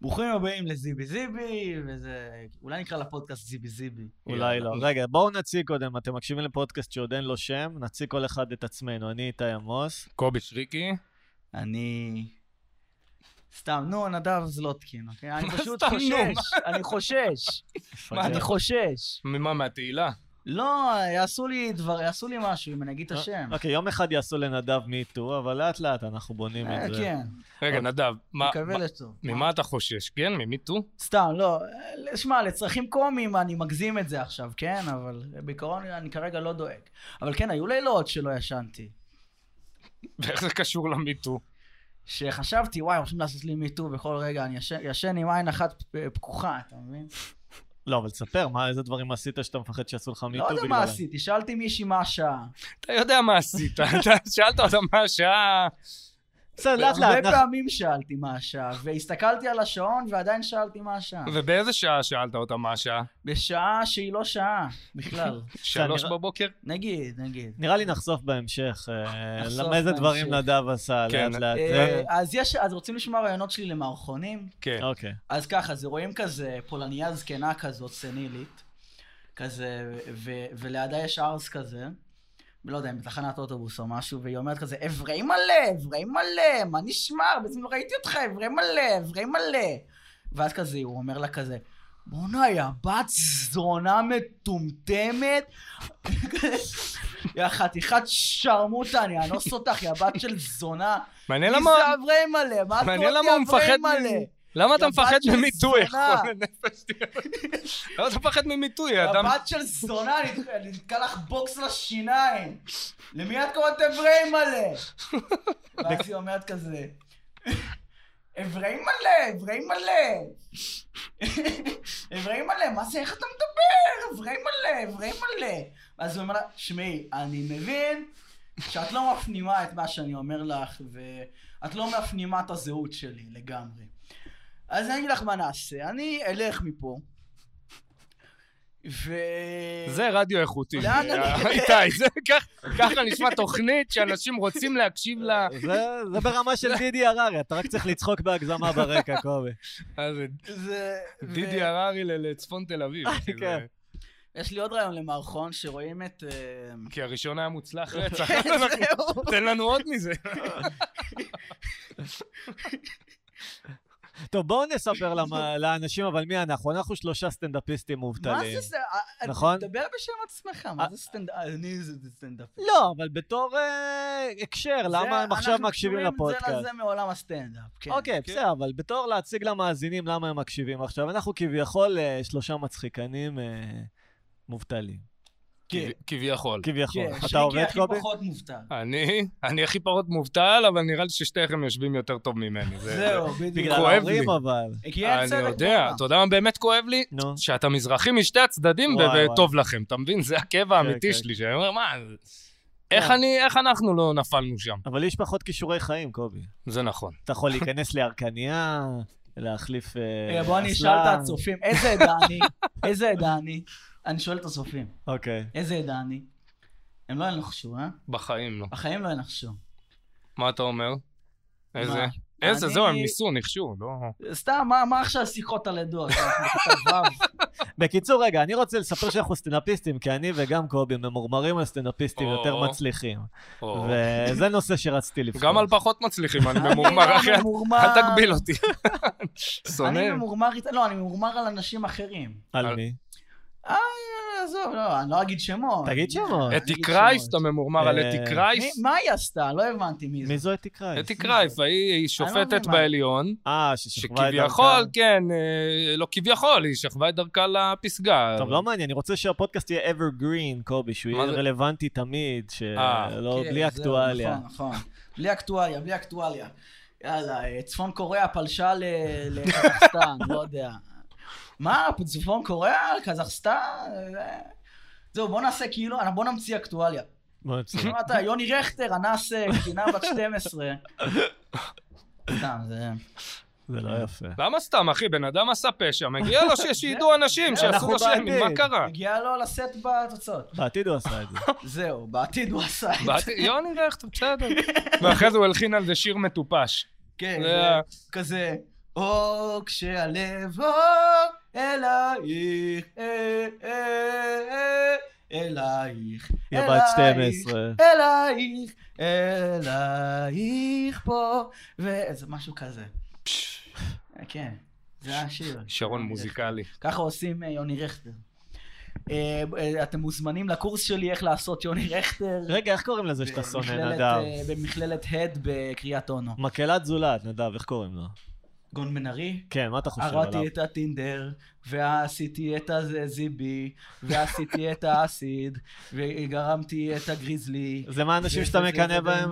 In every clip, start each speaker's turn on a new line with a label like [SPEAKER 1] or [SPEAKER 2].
[SPEAKER 1] ברוכים הבאים לזיבי זיבי, וזה... אולי נקרא לפודקאסט זיבי זיבי.
[SPEAKER 2] אולי לא. רגע, בואו נציג קודם, אתם מקשיבים לפודקאסט שעוד אין לו שם, נציג כל אחד את עצמנו. אני איתי עמוס.
[SPEAKER 3] קובי שריקי.
[SPEAKER 1] אני... סתם, נו, נדב זלוטקין, אוקיי? אני
[SPEAKER 3] מה
[SPEAKER 1] פשוט
[SPEAKER 3] סתם, נו?
[SPEAKER 1] חושש, אני חושש, אני חושש.
[SPEAKER 3] ממה, מהתהילה?
[SPEAKER 1] לא, יעשו לי דבר, יעשו לי משהו אם אני אגיד את
[SPEAKER 3] אה,
[SPEAKER 1] השם.
[SPEAKER 2] אוקיי, יום אחד יעשו לנדב מיטו, אבל לאט לאט אנחנו בונים
[SPEAKER 1] אה,
[SPEAKER 2] את זה.
[SPEAKER 1] כן,
[SPEAKER 3] רגע,
[SPEAKER 2] אוקיי.
[SPEAKER 3] נדב, מה-
[SPEAKER 1] מקווה
[SPEAKER 3] מה-
[SPEAKER 1] לטוב.
[SPEAKER 3] ממה אתה חושש? כן, ממיטו?
[SPEAKER 1] סתם, לא. שמע, לצרכים קומיים אני מגזים את זה עכשיו, כן? אבל בעיקרון אני כרגע לא דואג. אבל כן, היו לילות שלא ישנתי.
[SPEAKER 3] ואיך זה קשור למיטו?
[SPEAKER 1] שחשבתי, וואי, הולכים לעשות לי מיטו בכל רגע, אני ישן, ישן עם עין אחת פ- פקוחה, אתה מבין?
[SPEAKER 2] לא, אבל ספר, מה, איזה דברים עשית שאתה מפחד שיעשו לך מיטו
[SPEAKER 1] לא יודע מה עשיתי, שאלתי מישהי מה השעה.
[SPEAKER 3] אתה יודע מה עשית, אתה שאלת אותה מה השעה...
[SPEAKER 1] אה.
[SPEAKER 2] בסדר, לאט לאט.
[SPEAKER 1] הרבה
[SPEAKER 2] אנחנו-
[SPEAKER 1] פעמים שאלתי מה השעה, והסתכלתי על השעון ועדיין שאלתי מה השעה.
[SPEAKER 3] ובאיזה שעה שאלת אותה מה השעה?
[SPEAKER 1] בשעה שהיא לא שעה, בכלל.
[SPEAKER 3] שלוש
[SPEAKER 2] נראה-
[SPEAKER 3] בבוקר?
[SPEAKER 1] נגיד, נגיד.
[SPEAKER 2] נראה לי נחשוף בהמשך, אה,
[SPEAKER 1] נחשוף
[SPEAKER 2] למה איזה דברים
[SPEAKER 1] בהמשך.
[SPEAKER 2] נדב עשה
[SPEAKER 3] כן.
[SPEAKER 2] לאט לאט.
[SPEAKER 1] אה, אז יש, אז רוצים לשמוע רעיונות שלי למערכונים?
[SPEAKER 3] כן.
[SPEAKER 2] אה, אוקיי.
[SPEAKER 1] אז ככה, אז רואים כזה פולניה זקנה כזאת, סנילית, כזה, ו- ולידה יש ארס כזה, ולא יודע, אם בתחנת אוטובוס או משהו, והיא אומרת כזה, אברי מלא, אברי מלא, מה נשמע? הרבה זמן לא ראיתי אותך, אברי מלא, אברי מלא. ואז כזה, הוא אומר לה כזה, בואנה, יא בת זונה מטומטמת. יא חתיכת שרמוטה, אני אאנוס אותך, יא בת של זונה. מי
[SPEAKER 3] מעניין למה...
[SPEAKER 1] זה אברי מלא? מה את
[SPEAKER 3] מעניין
[SPEAKER 1] קוראת
[SPEAKER 3] למה הוא
[SPEAKER 1] לי
[SPEAKER 3] מפחד
[SPEAKER 1] אברי
[SPEAKER 3] מ...
[SPEAKER 1] מלא?
[SPEAKER 3] למה אתה
[SPEAKER 1] יא
[SPEAKER 3] מפחד
[SPEAKER 1] בת של
[SPEAKER 3] ממיטוי?
[SPEAKER 1] זונה.
[SPEAKER 3] חולה נפש, תראה. למה אתה מפחד ממיטוי? אתה-
[SPEAKER 1] הבת של זונה, אני- אני נתקע לך בוקס לשיניים. למי את קוראת אברי מלא? ואז היא אומרת כזה, אברי מלא, אברי מלא. אברי מלא, מה זה, איך אתה מדבר? אברי מלא, אברי מלא. ואז הוא אומר לה, שמעי, אני מבין שאת לא מפנימה את מה שאני אומר לך, ואת לא מפנימה את הזהות שלי לגמרי. אז אני אגיד לך מה נעשה, אני אלך מפה. ו...
[SPEAKER 3] זה רדיו איכותי.
[SPEAKER 1] לאן אני-
[SPEAKER 3] איתי, זה כך- ככה נשמע תוכנית שאנשים רוצים להקשיב
[SPEAKER 1] אה.
[SPEAKER 3] לה.
[SPEAKER 2] זה- זה ברמה של דידי הררי, אתה רק צריך לצחוק בהגזמה ברקע, קובי.
[SPEAKER 3] אז זה
[SPEAKER 1] זה... ו- אה,
[SPEAKER 3] דידי הררי ל- לצפון תל אביב. אחי, זה-
[SPEAKER 2] כן.
[SPEAKER 1] יש לי עוד רעיון למערכון שרואים את... אה,
[SPEAKER 3] כי הראשון היה מוצלח רצח. תן לנו עוד מזה.
[SPEAKER 1] כן.
[SPEAKER 2] טוב, בואו נספר למה- לאנשים, אבל מי אנחנו? אנחנו שלושה סטנדאפיסטים
[SPEAKER 1] מה
[SPEAKER 2] מובטלים.
[SPEAKER 1] זה זה? אה,
[SPEAKER 2] נכון?
[SPEAKER 1] תדבר בשם עצמך, מה זה סטנדאפ? אני זה סטנדאפ.
[SPEAKER 2] לא, אבל בתור אה, הקשר, למה הם עכשיו מקשיבים
[SPEAKER 1] אנחנו קשורים
[SPEAKER 2] לפודקאסט?
[SPEAKER 1] זה לזה מעולם הסטנדאפ, כן.
[SPEAKER 2] אוקיי,
[SPEAKER 3] כן.
[SPEAKER 2] בסדר, אבל בתור להציג למאזינים למה הם מקשיבים עכשיו, אנחנו כביכול אה, שלושה מצחיקנים אה, מובטלים.
[SPEAKER 1] כן.
[SPEAKER 3] כביכול.
[SPEAKER 2] כביכול.
[SPEAKER 1] כן,
[SPEAKER 2] אתה עובד, קובי?
[SPEAKER 1] שריקי הכי פחות מובטל.
[SPEAKER 3] אה, אני, אני הכי פחות מובטל, אבל נראה לי ששתיכם יושבים יותר טוב ממני. זה-
[SPEAKER 1] זהו, בדיוק.
[SPEAKER 2] בגלל
[SPEAKER 3] כואב
[SPEAKER 2] ההורים
[SPEAKER 3] לי.
[SPEAKER 2] אבל.
[SPEAKER 1] כי אין
[SPEAKER 3] אה, אני
[SPEAKER 1] צדק
[SPEAKER 3] יודע,
[SPEAKER 1] בעולם.
[SPEAKER 3] אתה יודע מה באמת כואב לי?
[SPEAKER 2] נו.
[SPEAKER 3] שאתה מזרחי משתי הצדדים ו-
[SPEAKER 2] וואי,
[SPEAKER 3] וטוב לכם, אתה מבין? זה הכאב האמיתי
[SPEAKER 2] כן.
[SPEAKER 3] שלי, שאני אומר, מה,
[SPEAKER 1] כן.
[SPEAKER 3] איך אני, איך אנחנו לא נפלנו שם?
[SPEAKER 2] אבל יש פחות כישורי חיים, קובי.
[SPEAKER 3] זה נכון.
[SPEAKER 2] אתה יכול להיכנס לירקניה, להחליף... אה,
[SPEAKER 1] רגע, בוא אני אשאל
[SPEAKER 2] אסלה.
[SPEAKER 1] את הצופים, איזה עדה אני? איזה עדה אני? אני שואל את הצופים,
[SPEAKER 2] אוקיי.
[SPEAKER 1] איזה עדה אני? הם לא ינחשו, אה?
[SPEAKER 3] בחיים לא.
[SPEAKER 1] בחיים לא ינחשו.
[SPEAKER 3] מה אתה אומר? איזה?
[SPEAKER 1] מה?
[SPEAKER 3] איזה,
[SPEAKER 1] אני-
[SPEAKER 3] זהו, הם ניסו, ניחשו, לא...
[SPEAKER 1] סתם, מה- מה עכשיו שיחות על עדות? אנחנו בכיתה ו'.
[SPEAKER 2] בקיצור, רגע, אני רוצה לספר שאנחנו סטנדאפיסטים, כי אני וגם קובי ממורמרים על סטנדאפיסטים
[SPEAKER 3] או.
[SPEAKER 2] יותר מצליחים.
[SPEAKER 3] או.
[SPEAKER 2] וזה נושא שרציתי לבחור.
[SPEAKER 3] גם על פחות מצליחים, אני
[SPEAKER 1] אני
[SPEAKER 3] ממורמר,
[SPEAKER 1] לא
[SPEAKER 3] אחי, אל-
[SPEAKER 1] ממורמר.
[SPEAKER 3] אל תגביל אותי.
[SPEAKER 1] אני
[SPEAKER 3] שונא.
[SPEAKER 1] ממורמר איתה, לא, אני ממורמר על אנשים אחרים.
[SPEAKER 2] על
[SPEAKER 3] על-
[SPEAKER 2] מי?
[SPEAKER 1] אה, עזוב, לא, אני לא אגיד שמות.
[SPEAKER 2] תגיד שמות.
[SPEAKER 1] אני
[SPEAKER 3] אתי
[SPEAKER 1] אגיד
[SPEAKER 3] קרייף,
[SPEAKER 1] שמות.
[SPEAKER 3] אתה ממורמר על
[SPEAKER 2] אה,
[SPEAKER 3] אתי
[SPEAKER 1] מי-
[SPEAKER 3] קרייף?
[SPEAKER 1] מה היא עשתה? לא הבנתי מי זה.
[SPEAKER 2] מי זו אתי קרייס?
[SPEAKER 3] אתי קרייף, היא היא
[SPEAKER 1] מבין
[SPEAKER 3] שופטת
[SPEAKER 1] מה.
[SPEAKER 3] בעליון,
[SPEAKER 2] אה, ששכבה את
[SPEAKER 3] שכביכול, כן, אה, לא כביכול, היא שכבה את דרכה לפסגה.
[SPEAKER 2] טוב, לא מעניין, אני רוצה שהפודקאסט יהיה evergreen, קובי, שהוא
[SPEAKER 3] מה
[SPEAKER 2] יהיה
[SPEAKER 3] זה?
[SPEAKER 2] רלוונטי תמיד,
[SPEAKER 3] אה,
[SPEAKER 2] שלא,
[SPEAKER 1] כן,
[SPEAKER 2] לא, בלי
[SPEAKER 1] זהו,
[SPEAKER 2] אקטואליה.
[SPEAKER 1] נכון, נכון. בלי אקטואליה, בלי אקטואליה. יאללה, אה, צפון קוריאה פלשה ל- לקזחסטן, לא יודע. מה, צפון קוריאה, קזחסטן? אה, זהו, בוא נעשה כאילו, בוא נמציא אקטואליה.
[SPEAKER 2] בוא נצא.
[SPEAKER 1] תשמע אתה, יוני רכטר, אנס אה, קטינה בת 12. סתם, זה...
[SPEAKER 2] זה לא יפה.
[SPEAKER 3] למה סתם, אחי? בן אדם עשה פשע, מגיע לו ש- שידעו אנשים
[SPEAKER 1] זה,
[SPEAKER 3] שעשו
[SPEAKER 2] אנחנו
[SPEAKER 3] לו שיימינג, מה
[SPEAKER 2] בעתיד.
[SPEAKER 3] קרה?
[SPEAKER 1] מגיע לו לשאת בתוצאות.
[SPEAKER 2] בעתיד הוא עשה את זה.
[SPEAKER 1] זהו, בעתיד הוא עשה את זה.
[SPEAKER 3] בעתיד- יוני רכטר, בסדר. ואחרי זה הוא הלחין על זה שיר מטופש.
[SPEAKER 1] כן,
[SPEAKER 3] זה
[SPEAKER 1] זה
[SPEAKER 3] ה-
[SPEAKER 1] כזה... או כשהלב או אלייך, אה, אה, אה, אלייך,
[SPEAKER 2] היא בת
[SPEAKER 1] אלייך,
[SPEAKER 2] 12.
[SPEAKER 1] אלייך, אלייך פה, ואיזה משהו כזה. כן, זה השיר.
[SPEAKER 3] שרון מוזיקלי.
[SPEAKER 1] ככה עושים אה, יוני רכטר. אה, אה, אתם מוזמנים לקורס שלי איך לעשות יוני רכטר.
[SPEAKER 2] רגע, איך קוראים לזה שאתה שונא,
[SPEAKER 1] במכללת,
[SPEAKER 2] נדב?
[SPEAKER 1] אה, במכללת הד בקריית אונו.
[SPEAKER 2] מקהלת זולת, נדב, איך קוראים לו?
[SPEAKER 1] גון בן ארי?
[SPEAKER 2] כן, מה אתה חושב עליו?
[SPEAKER 1] הראתי את הטינדר, ועשיתי את הזיבי, ועשיתי את האסיד, וגרמתי את הגריזלי.
[SPEAKER 2] זה מה האנשים
[SPEAKER 1] זה-
[SPEAKER 2] שאתה
[SPEAKER 1] זה-
[SPEAKER 2] מקנא
[SPEAKER 1] זה-
[SPEAKER 2] בהם?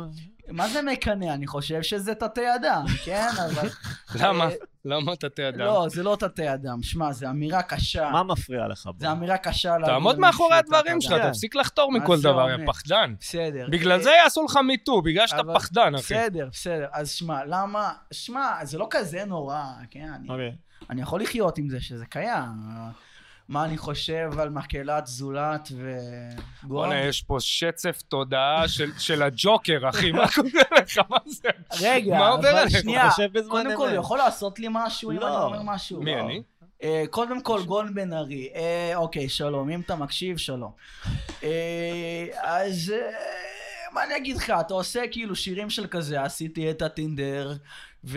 [SPEAKER 1] מה זה מקנא? אני חושב שזה תתי אדם, כן? אבל...
[SPEAKER 3] למה?
[SPEAKER 1] אה,
[SPEAKER 3] למה אתה תיאדם?
[SPEAKER 1] לא, זה לא תתי אדם. שמע, זו אמירה קשה.
[SPEAKER 2] מה מפריע לך בו?
[SPEAKER 1] זו אמירה קשה. להגיד
[SPEAKER 3] תעמוד
[SPEAKER 1] למישהו
[SPEAKER 3] מאחורי
[SPEAKER 1] תת-אדם.
[SPEAKER 3] הדברים שלך,
[SPEAKER 2] כן.
[SPEAKER 3] תפסיק לחתור
[SPEAKER 1] מה
[SPEAKER 3] מכל
[SPEAKER 1] זה
[SPEAKER 3] דבר,
[SPEAKER 1] אומר?
[SPEAKER 3] יא פחדן.
[SPEAKER 1] בסדר.
[SPEAKER 3] בגלל
[SPEAKER 1] אה,
[SPEAKER 3] זה יעשו לך מיטו, בגלל שאתה
[SPEAKER 1] אבל-
[SPEAKER 3] פחדן, אחי.
[SPEAKER 1] בסדר, בסדר. אז שמע, למה... שמע, זה לא כזה נורא, כן? אני-
[SPEAKER 2] אוקיי.
[SPEAKER 1] אני יכול לחיות עם זה שזה קיים. מה אני חושב על מקהלת זולת וגורם?
[SPEAKER 3] בואנה, יש פה שצף תודעה של- של הג'וקר, אחי, מה קורה לך? מה זה?
[SPEAKER 1] רגע,
[SPEAKER 3] מה עובר
[SPEAKER 1] אבל
[SPEAKER 3] עליך?
[SPEAKER 1] שנייה,
[SPEAKER 2] חושב בזמן
[SPEAKER 1] קודם כל,
[SPEAKER 2] אמת.
[SPEAKER 1] הוא יכול לעשות לי משהו אם
[SPEAKER 2] לא.
[SPEAKER 1] אני אומר משהו?
[SPEAKER 3] מי
[SPEAKER 1] לא.
[SPEAKER 3] אני?
[SPEAKER 1] אה, קודם כל, גון בן ארי. אה, אוקיי, שלום. אם אתה מקשיב, שלום. אה, אז אה, מה אני אגיד לך, אתה עושה כאילו שירים של כזה, עשיתי את הטינדר,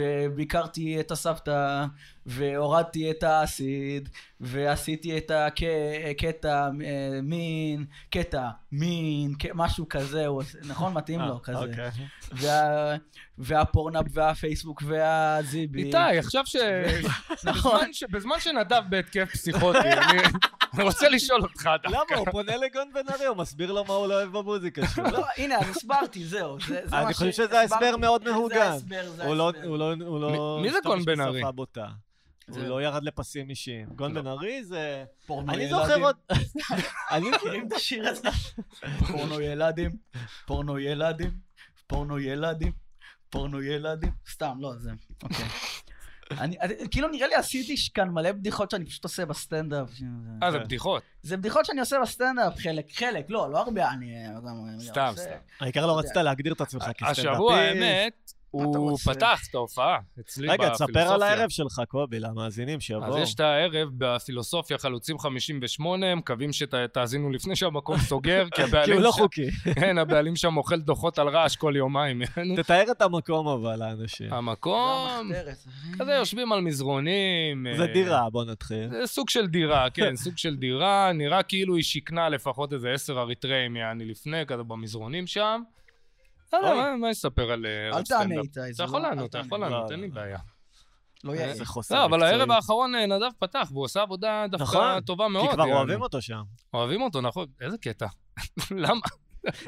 [SPEAKER 1] וביקרתי את הסבתא, והורדתי את האסיד, ועשיתי את הקטע אה, מין, קטע מין, ק- משהו כזה, הוא עושה- נכון? מתאים לו,
[SPEAKER 2] אה,
[SPEAKER 1] כזה.
[SPEAKER 2] אוקיי.
[SPEAKER 1] וה... והפורנאפ והפייסבוק והזיבי.
[SPEAKER 3] איתי, עכשיו ש...
[SPEAKER 1] נכון.
[SPEAKER 3] בזמן ש- בזמן שנדב בהתקף פסיכוטי, אני- אני רוצה לשאול אותך, אתה-
[SPEAKER 2] למה? הוא פונה לגון בן ארי, הוא מסביר לו מה הוא לא אוהב במוזיקה שלו.
[SPEAKER 1] לא, הנה, אז הסברתי, זהו. זה, זה
[SPEAKER 2] אני
[SPEAKER 1] מה
[SPEAKER 2] חושב שזה
[SPEAKER 1] הסברתי.
[SPEAKER 2] ההסבר מאוד
[SPEAKER 1] זה
[SPEAKER 2] מהוגן.
[SPEAKER 1] ההסבר, זה
[SPEAKER 2] הוא לא-
[SPEAKER 1] ההסבר.
[SPEAKER 2] הוא לא... הוא לא...
[SPEAKER 3] מי- מי זה
[SPEAKER 2] משתמש
[SPEAKER 3] גון בן ארי? לא.
[SPEAKER 2] בשפה בוטה. הוא
[SPEAKER 1] זהו.
[SPEAKER 2] לא ירד לפסים אישיים. גון בן ארי זה...
[SPEAKER 1] פורנו
[SPEAKER 2] אני
[SPEAKER 1] ילדים.
[SPEAKER 2] זוכר עוד... אני...
[SPEAKER 1] מכירים את השיר הזה? פורנו ילדים, פורנו ילדים, פורנו ילדים, פורנו ילדים. סתם, לא, זה... אוקיי. אני, אני- כאילו נראה לי עשיתי כאן מלא בדיחות שאני פשוט עושה בסטנדאפ.
[SPEAKER 3] אה, זה בדיחות.
[SPEAKER 1] זה בדיחות שאני עושה בסטנדאפ, חלק, חלק, לא, לא הרבה, אני... גם-
[SPEAKER 3] סתם,
[SPEAKER 1] עושה.
[SPEAKER 3] סתם.
[SPEAKER 2] העיקר לא רצית להגדיר את עצמך כסטנדאפיסט.
[SPEAKER 3] אה, השבוע, האמת, הוא
[SPEAKER 1] רוצה?
[SPEAKER 3] פתח את ההופעה אצלי
[SPEAKER 2] רגע,
[SPEAKER 3] בפילוסופיה.
[SPEAKER 2] תספר על הערב שלך, קובי, למאזינים שיבואו.
[SPEAKER 3] אה, אז יש את הערב בפילוסופיה חלוצים 58, מקווים שתאזינו לפני שהמקום סוגר, כי
[SPEAKER 2] כי
[SPEAKER 3] הבעלים
[SPEAKER 2] הוא לא
[SPEAKER 3] שם-
[SPEAKER 2] חוקי.
[SPEAKER 3] כן, הבעלים שם אוכל דוחות על רעש כל יומיים. יענו.
[SPEAKER 2] תתאר את המקום אבל, האנשים.
[SPEAKER 3] המקום,
[SPEAKER 1] זה המחתרת, אחי.
[SPEAKER 3] כזה יושבים על מזרונים.
[SPEAKER 2] זה
[SPEAKER 3] אה,
[SPEAKER 2] דירה, בוא נתחיל.
[SPEAKER 3] זה סוג של דירה, כן, סוג של דירה. נראה כאילו היא שיכנה לפחות איזה עשר אריתראים, יעני לפני, כזה במזרונים שם. לא יודע,
[SPEAKER 2] אוי.
[SPEAKER 3] מה- מה נספר על אה,
[SPEAKER 1] אל
[SPEAKER 3] ערב
[SPEAKER 1] תענה
[SPEAKER 3] סטנדאפ?
[SPEAKER 1] איתי,
[SPEAKER 3] אתה
[SPEAKER 1] זה
[SPEAKER 3] יכול
[SPEAKER 1] לא-
[SPEAKER 3] לענות,
[SPEAKER 1] אל
[SPEAKER 3] אתה
[SPEAKER 1] תענה.
[SPEAKER 3] יכול
[SPEAKER 2] לא,
[SPEAKER 3] לענות,
[SPEAKER 2] לא,
[SPEAKER 3] אין לי
[SPEAKER 2] לא.
[SPEAKER 3] בעיה.
[SPEAKER 1] לא יאה.
[SPEAKER 2] זה חוסר
[SPEAKER 3] לא, אבל הערב
[SPEAKER 2] מקצועיות.
[SPEAKER 3] האחרון לא אה, נדב פתח, והוא עושה עבודה דווקא
[SPEAKER 2] נכון,
[SPEAKER 3] טובה מאוד.
[SPEAKER 2] כי כבר
[SPEAKER 3] יעני.
[SPEAKER 2] אוהבים אותו שם.
[SPEAKER 3] אוהבים אותו, נכון. איזה קטע. למה?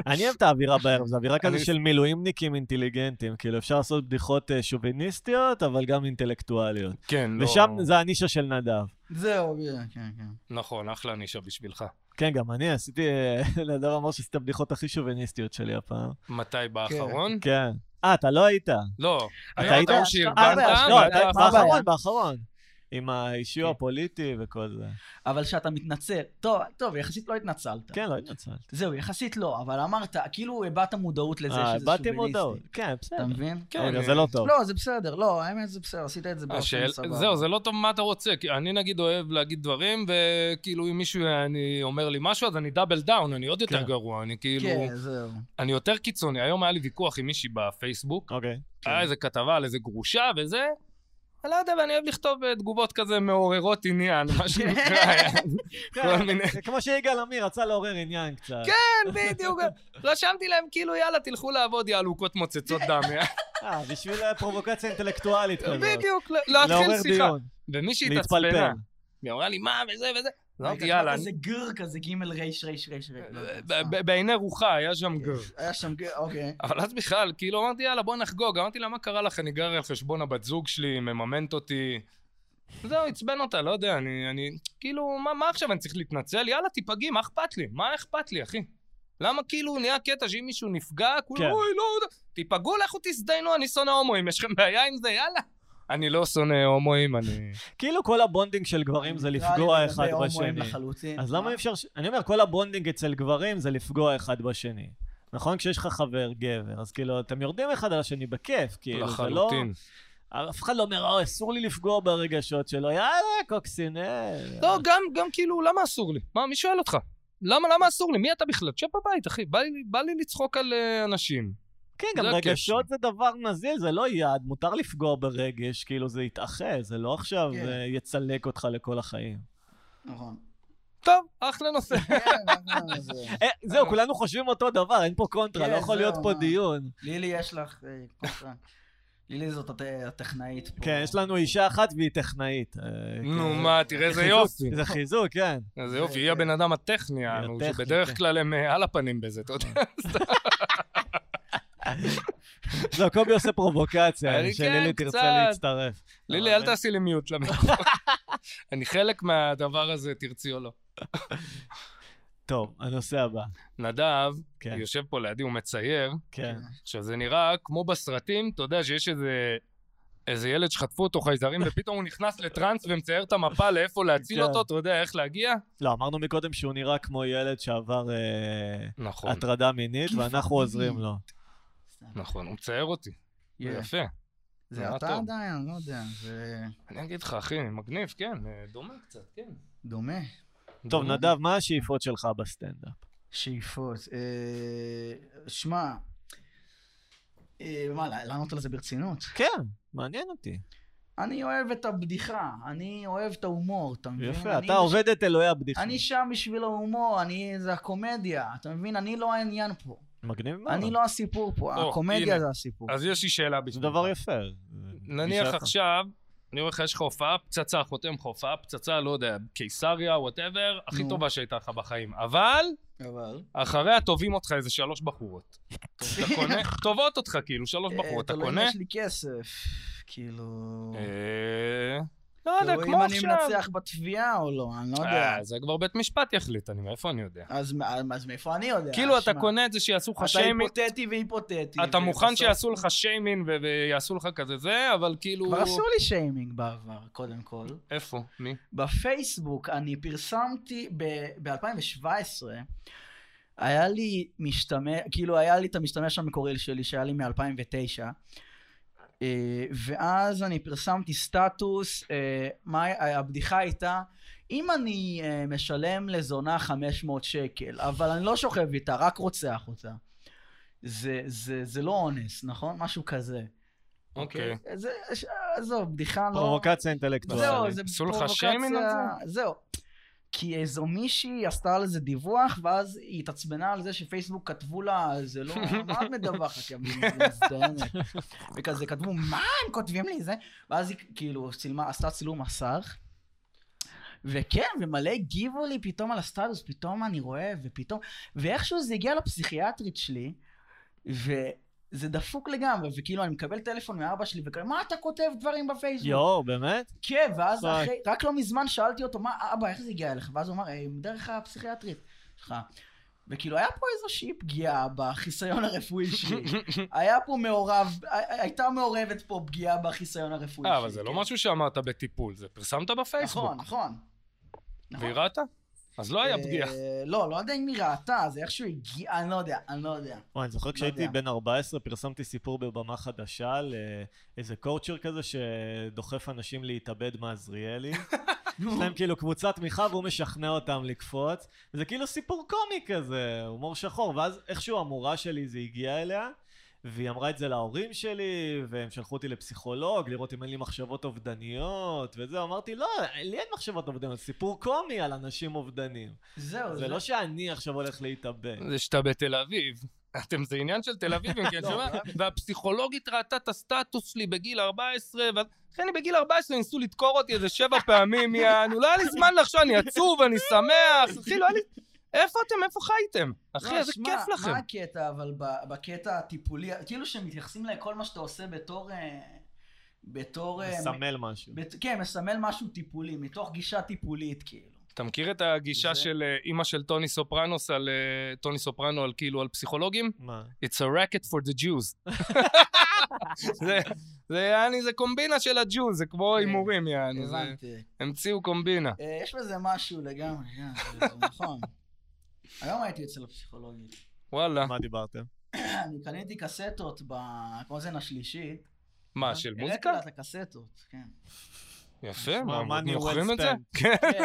[SPEAKER 2] אני אוהב את האווירה בערב, זו אווירה כזה
[SPEAKER 3] אני-
[SPEAKER 2] של מילואימניקים אינטליגנטים. כאילו, אפשר לעשות בדיחות אה, שוביניסטיות, אבל גם אינטלקטואליות.
[SPEAKER 3] כן, לא...
[SPEAKER 2] ושם זה הנישה של נדב.
[SPEAKER 1] זהו, כן, כן, כן.
[SPEAKER 3] נכון, אחלה נישה בשבילך.
[SPEAKER 2] כן, גם אני עשיתי... אה, נדב אמר שעשית הבדיחות הכי שוביניסטיות שלי הפעם.
[SPEAKER 3] מתי באחרון?
[SPEAKER 2] כן. אה, אתה לא היית.
[SPEAKER 3] לא.
[SPEAKER 1] אתה
[SPEAKER 3] היה
[SPEAKER 2] היית?
[SPEAKER 3] טעם
[SPEAKER 1] מה
[SPEAKER 3] שארגנת,
[SPEAKER 1] הבעיה?
[SPEAKER 2] לא,
[SPEAKER 1] אתה-
[SPEAKER 3] ואתה-
[SPEAKER 1] מה הבעיה?
[SPEAKER 2] באחרון, באחרון. עם האישיו
[SPEAKER 1] כן.
[SPEAKER 2] הפוליטי וכל זה.
[SPEAKER 1] אבל שאתה מתנצל, טוב, טוב, יחסית לא התנצלת.
[SPEAKER 2] כן, לא התנצלתי.
[SPEAKER 1] זהו, יחסית לא, אבל אמרת, כאילו הבעת מודעות לזה שזה
[SPEAKER 2] אה,
[SPEAKER 1] שוביניסטי.
[SPEAKER 2] הבעתי מודעות. כן, בסדר.
[SPEAKER 1] אתה מבין?
[SPEAKER 3] כן,
[SPEAKER 2] רגע,
[SPEAKER 3] אה,
[SPEAKER 2] זה לא טוב.
[SPEAKER 1] לא, זה בסדר, לא, האמת זה בסדר, עשית את זה באופן
[SPEAKER 3] השאל-
[SPEAKER 1] אוקיי, סבבה.
[SPEAKER 3] זהו, זה לא טוב מה אתה רוצה. כי אני נגיד אוהב להגיד דברים, וכאילו אם מישהו אני אומר לי משהו, אז אני דאבל דאון, אני עוד יותר
[SPEAKER 2] כן.
[SPEAKER 3] גרוע. אני כאילו...
[SPEAKER 1] כן, זהו.
[SPEAKER 3] אני יותר קיצוני. היום היה לי ויכוח עם מישהי בפייסבוק,
[SPEAKER 2] אוקיי.
[SPEAKER 3] היה איזה כתבה על איזה גרושה וזה. אני לא יודע, ואני אוהב לכתוב אה, תגובות כזה מעוררות עניין, מה שנקרא. כל מיני-
[SPEAKER 2] כן, זה כמו שיגאל עמיר רצה לעורר עניין קצת.
[SPEAKER 3] כן. כן, בדיוק. רשמתי להם כאילו, יאללה, תלכו לעבוד, יעלוקות מוצצות דם.
[SPEAKER 2] אה, בשביל אה, פרובוקציה אינטלקטואלית כזאת.
[SPEAKER 3] בדיוק, לא- להתחיל
[SPEAKER 2] כן. לעורר
[SPEAKER 3] שיחה.
[SPEAKER 2] דיון,
[SPEAKER 3] ומישהי התעצבנה.
[SPEAKER 2] להתפלפל.
[SPEAKER 3] היא אמרה לי, מה, וזה וזה. אז אמרתי,
[SPEAKER 1] רגע,
[SPEAKER 3] לא, יאללה. אה,
[SPEAKER 1] כתבת איזה גר לא, כזה ג' ר' ר' ר' ר'. לא יודע,
[SPEAKER 3] ב- ב- בעיני רוחה היה שם
[SPEAKER 2] אה,
[SPEAKER 3] גר.
[SPEAKER 1] סתם. היה שם גר, אוקיי.
[SPEAKER 3] אבל אז בכלל, כאילו אמרתי, יאללה, בוא נחגוג. אמרתי לה, מה קרה לך? אני גר על חשבון הבת זוג שלי, היא מממנת אותי. זהו, עצבן אותה, לא יודע, אני... אני כאילו, מה, מה עכשיו, אני צריך להתנצל? יאללה, תיפגעי, מה אכפת לי? מה אכפת לי, אחי? למה כאילו נהיה קטע שאם מישהו נפגע, כולם,
[SPEAKER 2] כן.
[SPEAKER 3] אוי, לא יודע. תיפגעו, לכו תזדיינו, אני שונא הומואים, יש לכם בעיה עם זה, יאללה. אני לא שונא הומואים, אני...
[SPEAKER 2] כאילו כל הבונדינג של גברים זה
[SPEAKER 1] ניטרלי
[SPEAKER 2] לפגוע
[SPEAKER 1] לגבי
[SPEAKER 2] אחד
[SPEAKER 1] הומואים
[SPEAKER 2] בשני.
[SPEAKER 1] לחלוטין.
[SPEAKER 2] אז למה אי אפשר... ש- אני אומר, כל הבונדינג אצל גברים זה לפגוע אחד בשני. נכון? כשיש לך חבר גבר, אז כאילו, אתם יורדים אחד על השני בכיף, כאילו, זה לא...
[SPEAKER 3] לחלוטין.
[SPEAKER 2] אף אחד לא אומר, "אה, אסור לי לפגוע ברגשות שלו, יאללה, קוקסין, אה.
[SPEAKER 3] לא, גם, גם כאילו, למה אסור לי? מה, מי שואל אותך? למה, למה אסור לי? מי אתה בכלל? תשב בבית, אחי. בא לי, בא לי לצחוק על אה, אנשים.
[SPEAKER 2] כן, גם
[SPEAKER 3] זה
[SPEAKER 2] רגשות זה דבר נזיל, זה לא יד, מותר לפגוע ברגש, כאילו זה יתאחה, זה לא עכשיו
[SPEAKER 1] כן.
[SPEAKER 2] אה, יצלק אותך לכל החיים.
[SPEAKER 1] נכון.
[SPEAKER 3] טוב, אחלה נושא.
[SPEAKER 1] כן, נכון, זה-
[SPEAKER 2] אה, זהו, כולנו חושבים אותו דבר, אין פה קונטרה,
[SPEAKER 1] כן,
[SPEAKER 2] לא יכול להיות
[SPEAKER 1] זהו,
[SPEAKER 2] פה
[SPEAKER 1] מה.
[SPEAKER 2] דיון.
[SPEAKER 1] לילי יש לך, אה, קונטרה. לילי זאת הט- הטכנאית פה.
[SPEAKER 2] כן, יש לנו אישה אחת והיא טכנאית. אה,
[SPEAKER 3] נו,
[SPEAKER 2] כאילו,
[SPEAKER 3] מה, תראה
[SPEAKER 2] זה
[SPEAKER 3] איזה
[SPEAKER 2] חיזוק,
[SPEAKER 3] יופי.
[SPEAKER 2] זה חיזוק, כן.
[SPEAKER 3] איזה יופי, היא הבן אדם הטכני, נו,
[SPEAKER 2] הטכני, כן.
[SPEAKER 3] שבדרך כלל הם אה, על הפנים בזה, אתה יודע.
[SPEAKER 2] לא, קובי עושה פרובוקציה,
[SPEAKER 3] אני
[SPEAKER 2] שלילי
[SPEAKER 3] כן,
[SPEAKER 2] תרצה
[SPEAKER 3] קצת.
[SPEAKER 2] להצטרף.
[SPEAKER 3] לילי,
[SPEAKER 2] אוקיי.
[SPEAKER 3] אל תעשי לי מיוט למיקרופון. אני חלק מהדבר הזה, תרצי או לא.
[SPEAKER 2] טוב, הנושא הבא.
[SPEAKER 3] נדב,
[SPEAKER 2] כן,
[SPEAKER 3] יושב פה לידי, הוא מצייר.
[SPEAKER 2] כן.
[SPEAKER 3] עכשיו, זה נראה כמו בסרטים, אתה יודע שיש איזה... איזה ילד שחטפו אותו חייזרים, ופתאום הוא נכנס לטראנס ומצייר את המפה לאיפה להציל
[SPEAKER 2] כן.
[SPEAKER 3] אותו, אתה יודע איך להגיע?
[SPEAKER 2] לא, אמרנו מקודם שהוא נראה כמו ילד שעבר אה,
[SPEAKER 3] נכון,
[SPEAKER 2] הטרדה מינית,
[SPEAKER 1] גבעי.
[SPEAKER 2] ואנחנו עוזרים לו.
[SPEAKER 3] נכון, הוא מצייר אותי, זה
[SPEAKER 1] יהיה.
[SPEAKER 3] יפה.
[SPEAKER 1] זה
[SPEAKER 3] נראה
[SPEAKER 1] אתה
[SPEAKER 3] טוב.
[SPEAKER 1] עדיין, אני לא יודע, זה
[SPEAKER 3] אני אגיד לך, אחי, מגניב, כן, אה, דומה קצת, כן.
[SPEAKER 1] דומה.
[SPEAKER 2] טוב,
[SPEAKER 3] דומה.
[SPEAKER 2] נדב, מה השאיפות שלך בסטנדאפ?
[SPEAKER 1] שאיפות. אה, שמע, אה, מה, לענות על זה ברצינות?
[SPEAKER 2] כן, מעניין אותי.
[SPEAKER 1] אני אוהב את הבדיחה, אני אוהב את ההומור, אתה מבין?
[SPEAKER 2] יפה,
[SPEAKER 1] אני
[SPEAKER 2] אתה עובד את אלוהי הבדיחה.
[SPEAKER 1] אני שם בשביל ההומור, אני, זה הקומדיה, אתה מבין? אני לא העניין פה.
[SPEAKER 2] מגניב מאוד.
[SPEAKER 1] אני לא הסיפור פה,
[SPEAKER 3] או,
[SPEAKER 1] הקומדיה
[SPEAKER 3] הנה.
[SPEAKER 1] זה הסיפור.
[SPEAKER 3] אז יש לי שאלה
[SPEAKER 2] זה
[SPEAKER 3] בשבילך.
[SPEAKER 2] דבר יפה.
[SPEAKER 3] נניח
[SPEAKER 2] גישה
[SPEAKER 3] עכשיו, אני אומר לך, יש לך הופעה פצצה, חותם לך הופעה פצצה, לא יודע, קיסריה, וואטאבר, הכי
[SPEAKER 1] נו.
[SPEAKER 3] טובה שהייתה לך בחיים. אבל,
[SPEAKER 1] אבל...
[SPEAKER 3] אחריה טובים אותך איזה שלוש בחורות. אתה קונה, טובות אותך כאילו,
[SPEAKER 1] אה,
[SPEAKER 3] שלוש בחורות, אתה קונה?
[SPEAKER 1] יש לי כסף, כאילו...
[SPEAKER 3] אה, לא יודע,
[SPEAKER 1] תראו אם
[SPEAKER 3] כמו
[SPEAKER 1] אני
[SPEAKER 3] עכשיו.
[SPEAKER 1] מנצח בתביעה או לא, אני לא יודע.
[SPEAKER 3] אה, זה כבר בית משפט יחליט, אני מאיפה אני יודע.
[SPEAKER 1] אז מ- אז מאיפה אני יודע?
[SPEAKER 3] כאילו, אתה
[SPEAKER 1] שמע,
[SPEAKER 3] קונה את זה שיעשו לך
[SPEAKER 1] אתה
[SPEAKER 3] שיימינג,
[SPEAKER 1] היפותטי והיפותטי. כאילו,
[SPEAKER 3] אתה מוכן
[SPEAKER 1] ובסוף-
[SPEAKER 3] שיעשו לך שיימינג ו- ויעשו לך כזה זה, אבל כאילו...
[SPEAKER 1] כבר עשו לי שיימינג בעבר, קודם כל.
[SPEAKER 3] איפה? מי?
[SPEAKER 1] בפייסבוק אני פרסמתי ב-2017, היה לי משתמש, כאילו היה לי את המשתמש המקורי שלי שהיה לי מ-2009, ואז אני פרסמתי סטטוס, אה, מה, הבדיחה הייתה, אם אני אה, משלם לזונה 500 שקל, אבל אני לא שוכב איתה, רק רוצח אותה. זה, זה, זה לא אונס, נכון? משהו כזה.
[SPEAKER 3] אוקיי.
[SPEAKER 1] זה, ש- עזוב, בדיחה לא...
[SPEAKER 2] פרובוקציה אינטלקטואלית.
[SPEAKER 1] זהו, זה
[SPEAKER 3] עשו לך
[SPEAKER 1] פרובוקציה...
[SPEAKER 3] שיימינג על זה?
[SPEAKER 1] זהו. כי איזו מישהי עשתה על זה דיווח, ואז היא התעצבנה על זה שפייסבוק כתבו לה, זה לא, מה את מדווחת? יא מזדיינת?" וכזה כתבו, מה הם כותבים לי זה? ואז היא כאילו צילמה, עשתה צילום מסך. וכן, ומלא הגיבו לי פתאום על הסטטוס, פתאום אני רואה, ופתאום... ואיכשהו זה הגיע לפסיכיאטרית שלי, וזה דפוק לגמרי, וכאילו אני מקבל טלפון מאבא שלי, וכאילו, מה אתה כותב דברים בפייסבוק?
[SPEAKER 2] יואו, באמת?
[SPEAKER 1] כן, ואז
[SPEAKER 2] וואי.
[SPEAKER 1] אחרי, רק לא מזמן שאלתי אותו, מה, אבא, איך זה הגיע אליך? ואז הוא אמר, "אה, דרך הפסיכיאטרית שלך. וכאילו, היה פה איזושהי פגיעה בחיסיון הרפואי שלי. היה פה מעורב, הייתה מעורבת פה פגיעה בחיסיון הרפואי שלי.
[SPEAKER 3] אה, אבל זה
[SPEAKER 1] כן.
[SPEAKER 3] לא משהו שאמרת בטיפול, זה פרסמת בפייסבוק.
[SPEAKER 1] נכון, נכון. נכון.
[SPEAKER 3] והיא ראתה? אז לא היה
[SPEAKER 1] אה,
[SPEAKER 3] פגיעה.
[SPEAKER 1] לא, לא יודע אם היא ראתה, זה איכשהו הגיע, אני לא יודע, אני לא יודע.
[SPEAKER 2] וואי, אני זוכר כשהייתי
[SPEAKER 1] יודע.
[SPEAKER 2] בן 14, פרסמתי סיפור בבמה חדשה על אה, איזה קואוצ'ר כזה שדוחף אנשים להתאבד מעזריאלי. יש להם כאילו קבוצת תמיכה והוא משכנע אותם לקפוץ. וזה כאילו סיפור קומי כזה, הומור שחור. ואז איכשהו המורה שלי זה הגיע אליה, והיא אמרה את זה להורים שלי, והם שלחו אותי לפסיכולוג, לראות אם אין לי מחשבות אובדניות, וזהו. אמרתי, לא, לי אין מחשבות אובדניות, סיפור קומי על אנשים אובדנים.
[SPEAKER 1] זהו,
[SPEAKER 2] זה לא שאני עכשיו הולך להתאבד.
[SPEAKER 3] זה שאתה בתל אביב. אתם, זה עניין של תל אביבים, כן,
[SPEAKER 1] לא,
[SPEAKER 3] שמה?
[SPEAKER 1] אבל-
[SPEAKER 3] והפסיכולוגית ראתה את הסטטוס שלי בגיל 14, ואז... אחי, אני בגיל 14 ניסו לדקור אותי איזה שבע פעמים, יענו, לא היה לי זמן לחשוב, אני עצוב, אני שמח, אחי, לא היה לי... איפה אתם, איפה חייתם? אחי,
[SPEAKER 1] לא,
[SPEAKER 3] איזה
[SPEAKER 1] שמע,
[SPEAKER 3] כיף לכם.
[SPEAKER 1] מה הקטע, אבל ב- בקטע הטיפולי, כאילו שמתייחסים לכל מה שאתה עושה בתור... אה, בתור... אה,
[SPEAKER 2] מסמל משהו.
[SPEAKER 1] בת- כן, מסמל משהו טיפולי, מתוך גישה טיפולית, כאילו.
[SPEAKER 3] אתה מכיר את הגישה
[SPEAKER 1] זה-
[SPEAKER 3] של אה, אימא של טוני סופרנוס על אה, טוני סופרנו על כאילו על פסיכולוגים?
[SPEAKER 2] מה?
[SPEAKER 3] It's a racket for the Jews. זה, זה, יעני, זה קומבינה של הג'וז, זה כמו
[SPEAKER 1] כן,
[SPEAKER 3] הימורים, יעני. זה-
[SPEAKER 1] הבנתי.
[SPEAKER 3] המציאו קומבינה.
[SPEAKER 1] אה, יש בזה משהו לגמרי, כן, זה- זה נכון. היום הייתי אצל אה, הפסיכולוגית.
[SPEAKER 3] וואלה.
[SPEAKER 2] אה? מה דיברתם?
[SPEAKER 1] אני קניתי קסטות בקוזן השלישית,
[SPEAKER 3] מה, אה, של
[SPEAKER 1] הראיתי
[SPEAKER 3] מוזיקה?
[SPEAKER 1] לה את הקסטות, כן.
[SPEAKER 3] יפה,
[SPEAKER 2] מה,
[SPEAKER 3] מה,
[SPEAKER 2] money well
[SPEAKER 3] מוכרים את זה?
[SPEAKER 2] spent.
[SPEAKER 3] כן,
[SPEAKER 1] כן,